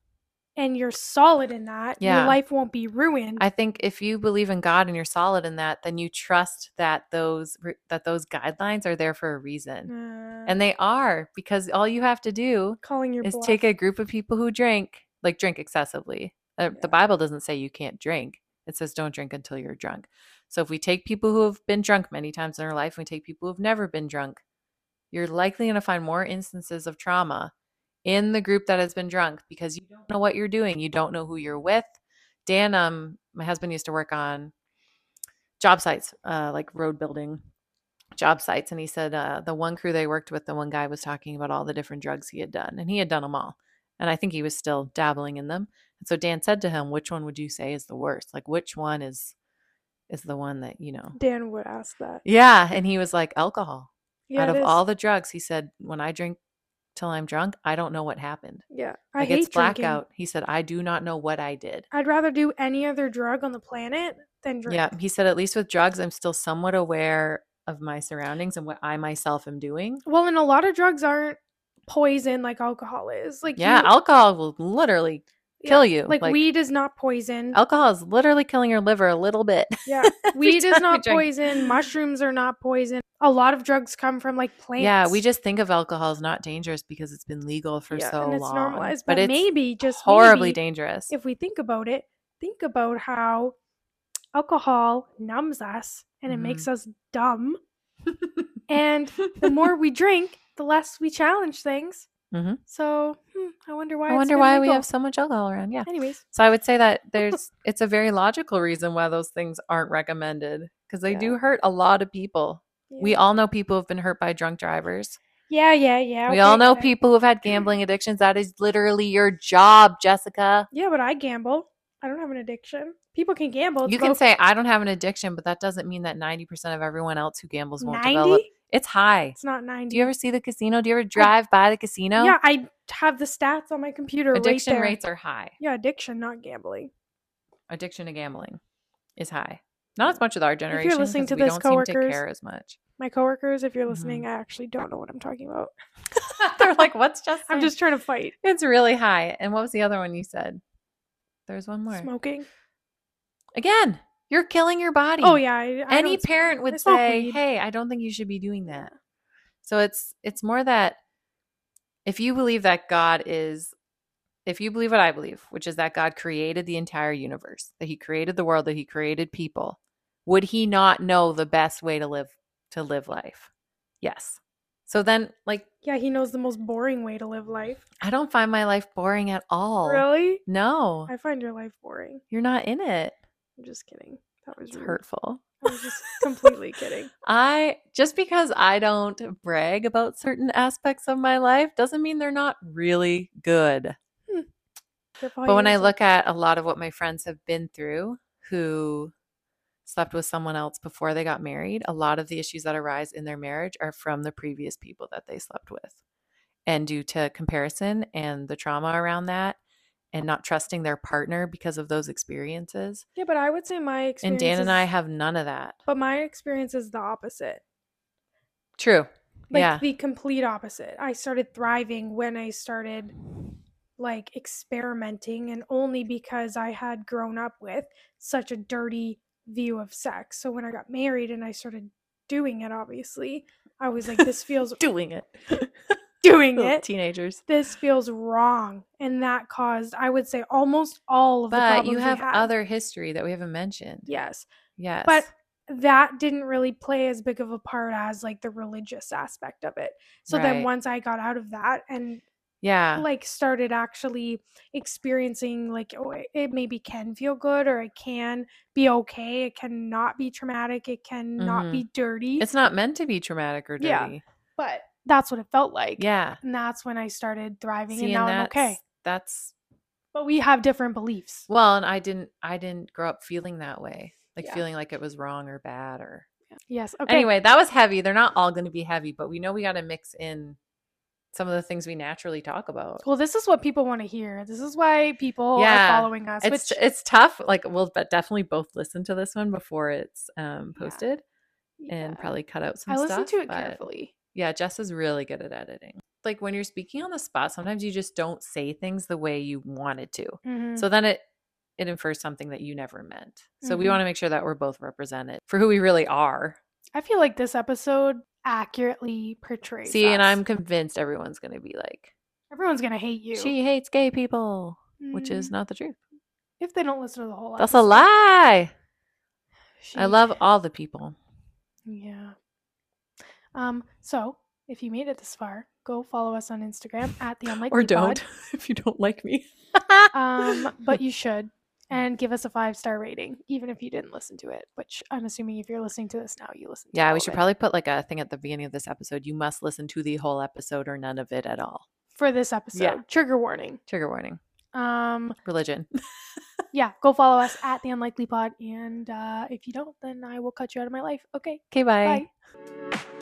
[SPEAKER 1] and you're solid in that,
[SPEAKER 2] Yeah.
[SPEAKER 1] your life won't be ruined.
[SPEAKER 2] I think if you believe in God and you're solid in that, then you trust that those re- that those guidelines are there for a reason.
[SPEAKER 1] and
[SPEAKER 2] And they are because all you have to do
[SPEAKER 1] Uh, calling your
[SPEAKER 2] is
[SPEAKER 1] bluff.
[SPEAKER 2] take a group of people who drink, like drink excessively. Uh,
[SPEAKER 1] Yeah.
[SPEAKER 2] The Bible doesn't say you can't drink. It says don't drink until you're drunk. So if we take people who have been drunk many times in their life, and we take people who have never been drunk, you're likely going to find more instances of trauma in the group that has been drunk because you don't know what you're doing. You don't know who you're with. Dan, um, my husband used to work on job sites, uh, like road building job sites. And he said uh, the one crew they worked with, the one guy was talking about all the different drugs he had done, and he had done them all. And I think he was still dabbling in them. And so Dan said to him, "Which one would you say is the worst? Like, which one is is the one that you know?"
[SPEAKER 1] Dan would ask that.
[SPEAKER 2] Yeah, and he was like, "Alcohol."
[SPEAKER 1] Yeah,
[SPEAKER 2] Out
[SPEAKER 1] it
[SPEAKER 2] of
[SPEAKER 1] is.
[SPEAKER 2] all the drugs, he said, "When I drink till I'm drunk, I don't know what happened.
[SPEAKER 1] yeah, I
[SPEAKER 2] Like
[SPEAKER 1] hate
[SPEAKER 2] it's
[SPEAKER 1] drinking.
[SPEAKER 2] blackout." He said, "I do not know what I did."
[SPEAKER 1] I'd rather do any other drug on the planet than drink.
[SPEAKER 2] Yeah, he said, at least with drugs, I'm still somewhat aware of my surroundings and what I myself am doing.
[SPEAKER 1] Well, and a lot of drugs aren't poison like alcohol is. Like
[SPEAKER 2] Yeah,
[SPEAKER 1] you-
[SPEAKER 2] alcohol will literally
[SPEAKER 1] yeah,
[SPEAKER 2] kill you.
[SPEAKER 1] Like, weed is not poison.
[SPEAKER 2] alcohol is literally killing your liver a little bit. [LAUGHS]
[SPEAKER 1] Yeah,
[SPEAKER 2] every
[SPEAKER 1] weed
[SPEAKER 2] time
[SPEAKER 1] is
[SPEAKER 2] you
[SPEAKER 1] not
[SPEAKER 2] drink. [LAUGHS]
[SPEAKER 1] poison. Mushrooms are not poison. A lot of drugs come from like plants.
[SPEAKER 2] Yeah, we just think of alcohol as not dangerous because it's been legal for
[SPEAKER 1] Yeah,
[SPEAKER 2] so
[SPEAKER 1] and it's
[SPEAKER 2] long.
[SPEAKER 1] normalized,
[SPEAKER 2] but,
[SPEAKER 1] but
[SPEAKER 2] it's
[SPEAKER 1] maybe just
[SPEAKER 2] horribly
[SPEAKER 1] maybe
[SPEAKER 2] dangerous.
[SPEAKER 1] if [LAUGHS] we think about it, think about how alcohol numbs us and it
[SPEAKER 2] Mhm.
[SPEAKER 1] makes us
[SPEAKER 2] [LAUGHS]
[SPEAKER 1] dumb. and the more we drink, the less we challenge things.
[SPEAKER 2] Mhm.
[SPEAKER 1] So hmm, I wonder why.
[SPEAKER 2] I
[SPEAKER 1] it's
[SPEAKER 2] wonder
[SPEAKER 1] been
[SPEAKER 2] why we
[SPEAKER 1] legal.
[SPEAKER 2] have so much alcohol around. Yeah.
[SPEAKER 1] Anyways,
[SPEAKER 2] So I would
[SPEAKER 1] [LAUGHS]
[SPEAKER 2] say that there's it's a very logical reason why those things aren't recommended because they
[SPEAKER 1] Yeah.
[SPEAKER 2] do hurt a lot of people. We
[SPEAKER 1] yeah.
[SPEAKER 2] all know people who've been hurt by drunk drivers.
[SPEAKER 1] yeah, yeah, yeah.
[SPEAKER 2] we all
[SPEAKER 1] okay,
[SPEAKER 2] know
[SPEAKER 1] but I-
[SPEAKER 2] people
[SPEAKER 1] [CLEARS THROAT]
[SPEAKER 2] who've had gambling addictions. That is literally your job, Jessica.
[SPEAKER 1] Yeah, but I gamble. I don't have an addiction. People can gamble.
[SPEAKER 2] You can say, I don't have an addiction, but that doesn't mean that 90% of everyone else who gambles won't develop.
[SPEAKER 1] ninety.
[SPEAKER 2] It's high.
[SPEAKER 1] It's not ninety.
[SPEAKER 2] Do you ever see the casino? Do you ever drive by the casino?
[SPEAKER 1] Yeah, I have the stats on my computer.
[SPEAKER 2] Addiction
[SPEAKER 1] right there.
[SPEAKER 2] rates are high.
[SPEAKER 1] Yeah, addiction, not gambling.
[SPEAKER 2] Addiction to gambling is high. Not as much with our generation.
[SPEAKER 1] listening
[SPEAKER 2] 'cause
[SPEAKER 1] to
[SPEAKER 2] we
[SPEAKER 1] this,
[SPEAKER 2] don't seem to
[SPEAKER 1] coworkers-
[SPEAKER 2] care
[SPEAKER 1] [LAUGHS]
[SPEAKER 2] as much. [LAUGHS]
[SPEAKER 1] My coworkers, if
[SPEAKER 2] Mm-hmm.
[SPEAKER 1] you're listening, I actually don't know what I'm talking about.
[SPEAKER 2] They're like, what's Jessica?
[SPEAKER 1] I'm just trying to fight
[SPEAKER 2] It's really high. And what was the other one you said? There's one more.
[SPEAKER 1] smoking.
[SPEAKER 2] Again, you're killing your body.
[SPEAKER 1] Oh yeah, I, I
[SPEAKER 2] any
[SPEAKER 1] don't smoke.
[SPEAKER 2] parent
[SPEAKER 1] I
[SPEAKER 2] would
[SPEAKER 1] smoke
[SPEAKER 2] say
[SPEAKER 1] weed.
[SPEAKER 2] hey i don't think you should be doing that so it's it's more that if you believe that god is if you believe what i believe which is that god created the entire universe that he created the world that he created people would he not know the best way to live to live life yes so then like
[SPEAKER 1] Yeah, he knows the most boring way to live life.
[SPEAKER 2] i don't find my life boring at all
[SPEAKER 1] Really?
[SPEAKER 2] no
[SPEAKER 1] I find your life boring.
[SPEAKER 2] you're not in it
[SPEAKER 1] I'm just kidding. That was
[SPEAKER 2] it's
[SPEAKER 1] rude.
[SPEAKER 2] hurtful
[SPEAKER 1] I was just completely
[SPEAKER 2] [LAUGHS]
[SPEAKER 1] kidding.
[SPEAKER 2] I just because I don't brag about certain aspects of my life doesn't mean they're not really good.
[SPEAKER 1] They're probably
[SPEAKER 2] But when I
[SPEAKER 1] innocent.
[SPEAKER 2] look at a lot of what my friends have been through who slept with someone else before they got married, a lot of the issues that arise in their marriage are from the previous people that they slept with. And due to comparison and the trauma around that and not trusting their partner because of those experiences.
[SPEAKER 1] yeah, but I would say my
[SPEAKER 2] And
[SPEAKER 1] experience.
[SPEAKER 2] Dan and
[SPEAKER 1] is-
[SPEAKER 2] I have none of that.
[SPEAKER 1] But my experience is the opposite.
[SPEAKER 2] True.
[SPEAKER 1] Like
[SPEAKER 2] yeah.
[SPEAKER 1] the complete opposite. I started thriving when I started like experimenting and only because I had grown up with such a dirty view of sex. So when I got married and I started doing it obviously, I was like this feels
[SPEAKER 2] Doing it. [LAUGHS]
[SPEAKER 1] doing
[SPEAKER 2] Little
[SPEAKER 1] it.
[SPEAKER 2] Teenagers.
[SPEAKER 1] This feels wrong and that caused I would say almost all of the
[SPEAKER 2] but
[SPEAKER 1] problems
[SPEAKER 2] you
[SPEAKER 1] we
[SPEAKER 2] have
[SPEAKER 1] had.
[SPEAKER 2] other history that we haven't mentioned
[SPEAKER 1] Yes.
[SPEAKER 2] yes
[SPEAKER 1] But that didn't really play as big of a part as like the religious aspect of it. So
[SPEAKER 2] Right.
[SPEAKER 1] then once I got out of that and
[SPEAKER 2] yeah
[SPEAKER 1] like started actually experiencing like oh, it- it maybe can feel good or it can be okay it can not be traumatic it can not
[SPEAKER 2] Mhm.
[SPEAKER 1] be dirty
[SPEAKER 2] it's not meant to be traumatic or
[SPEAKER 1] Yeah.
[SPEAKER 2] dirty
[SPEAKER 1] but that's what it felt like
[SPEAKER 2] yeah,
[SPEAKER 1] and that's when i started thriving
[SPEAKER 2] See,
[SPEAKER 1] and now
[SPEAKER 2] and
[SPEAKER 1] i'm
[SPEAKER 2] that's,
[SPEAKER 1] okay
[SPEAKER 2] that's
[SPEAKER 1] but we have different beliefs
[SPEAKER 2] well and i didn't i didn't grow up feeling that way like
[SPEAKER 1] Yeah.
[SPEAKER 2] feeling like it was wrong or bad or
[SPEAKER 1] yes okay
[SPEAKER 2] anyway that was heavy they're not all going to be heavy but we know we got to mix in some of the things we naturally talk about
[SPEAKER 1] well this is what people want to hear this is why people
[SPEAKER 2] Yeah.
[SPEAKER 1] are following us
[SPEAKER 2] it's
[SPEAKER 1] which
[SPEAKER 2] it's tough like we'll but definitely both listen to this one before it's um
[SPEAKER 1] Yeah.
[SPEAKER 2] posted
[SPEAKER 1] yeah.
[SPEAKER 2] and probably cut out some
[SPEAKER 1] i listened
[SPEAKER 2] stuff,
[SPEAKER 1] to it
[SPEAKER 2] but-
[SPEAKER 1] carefully
[SPEAKER 2] Yeah, Jess is really good at editing. Like when you're speaking on the spot, sometimes you just don't say things the way you wanted to.
[SPEAKER 1] Mhm.
[SPEAKER 2] So then it it infers something that you never meant. So we
[SPEAKER 1] Mhm.
[SPEAKER 2] want to make sure that we're both represented for who we really are.
[SPEAKER 1] I feel like this episode accurately portrays.
[SPEAKER 2] See, and
[SPEAKER 1] us.
[SPEAKER 2] I'm convinced everyone's going to be like,
[SPEAKER 1] everyone's gonna hate you,
[SPEAKER 2] she hates gay people, which is
[SPEAKER 1] Mm,
[SPEAKER 2] not the truth.
[SPEAKER 1] if they don't listen to the whole.
[SPEAKER 2] That's a
[SPEAKER 1] episode.
[SPEAKER 2] lie. I
[SPEAKER 1] She-
[SPEAKER 2] love all the people.
[SPEAKER 1] Yeah. Um. So if you made it this far, go follow us on Instagram at
[SPEAKER 2] [LAUGHS]
[SPEAKER 1] the unlikely
[SPEAKER 2] Or
[SPEAKER 1] Pod.
[SPEAKER 2] don't if you don't like me.
[SPEAKER 1] [LAUGHS]
[SPEAKER 2] [LAUGHS]
[SPEAKER 1] um, but you should. And give us a five star rating, even if you didn't listen to it. Which I'm assuming, if you're listening to this now, you listen. To
[SPEAKER 2] Yeah,
[SPEAKER 1] all
[SPEAKER 2] we
[SPEAKER 1] of
[SPEAKER 2] should
[SPEAKER 1] it.
[SPEAKER 2] probably put like a thing at the beginning of this episode. You must listen to the whole episode or none of it at all.
[SPEAKER 1] for this episode. Trigger warning.
[SPEAKER 2] Trigger warning.
[SPEAKER 1] Um,
[SPEAKER 2] Religion.
[SPEAKER 1] yeah, go follow us at the Unlikely Pod, and uh, if you don't, then I will cut you out of my life. Okay,
[SPEAKER 2] Okay, bye.
[SPEAKER 1] bye.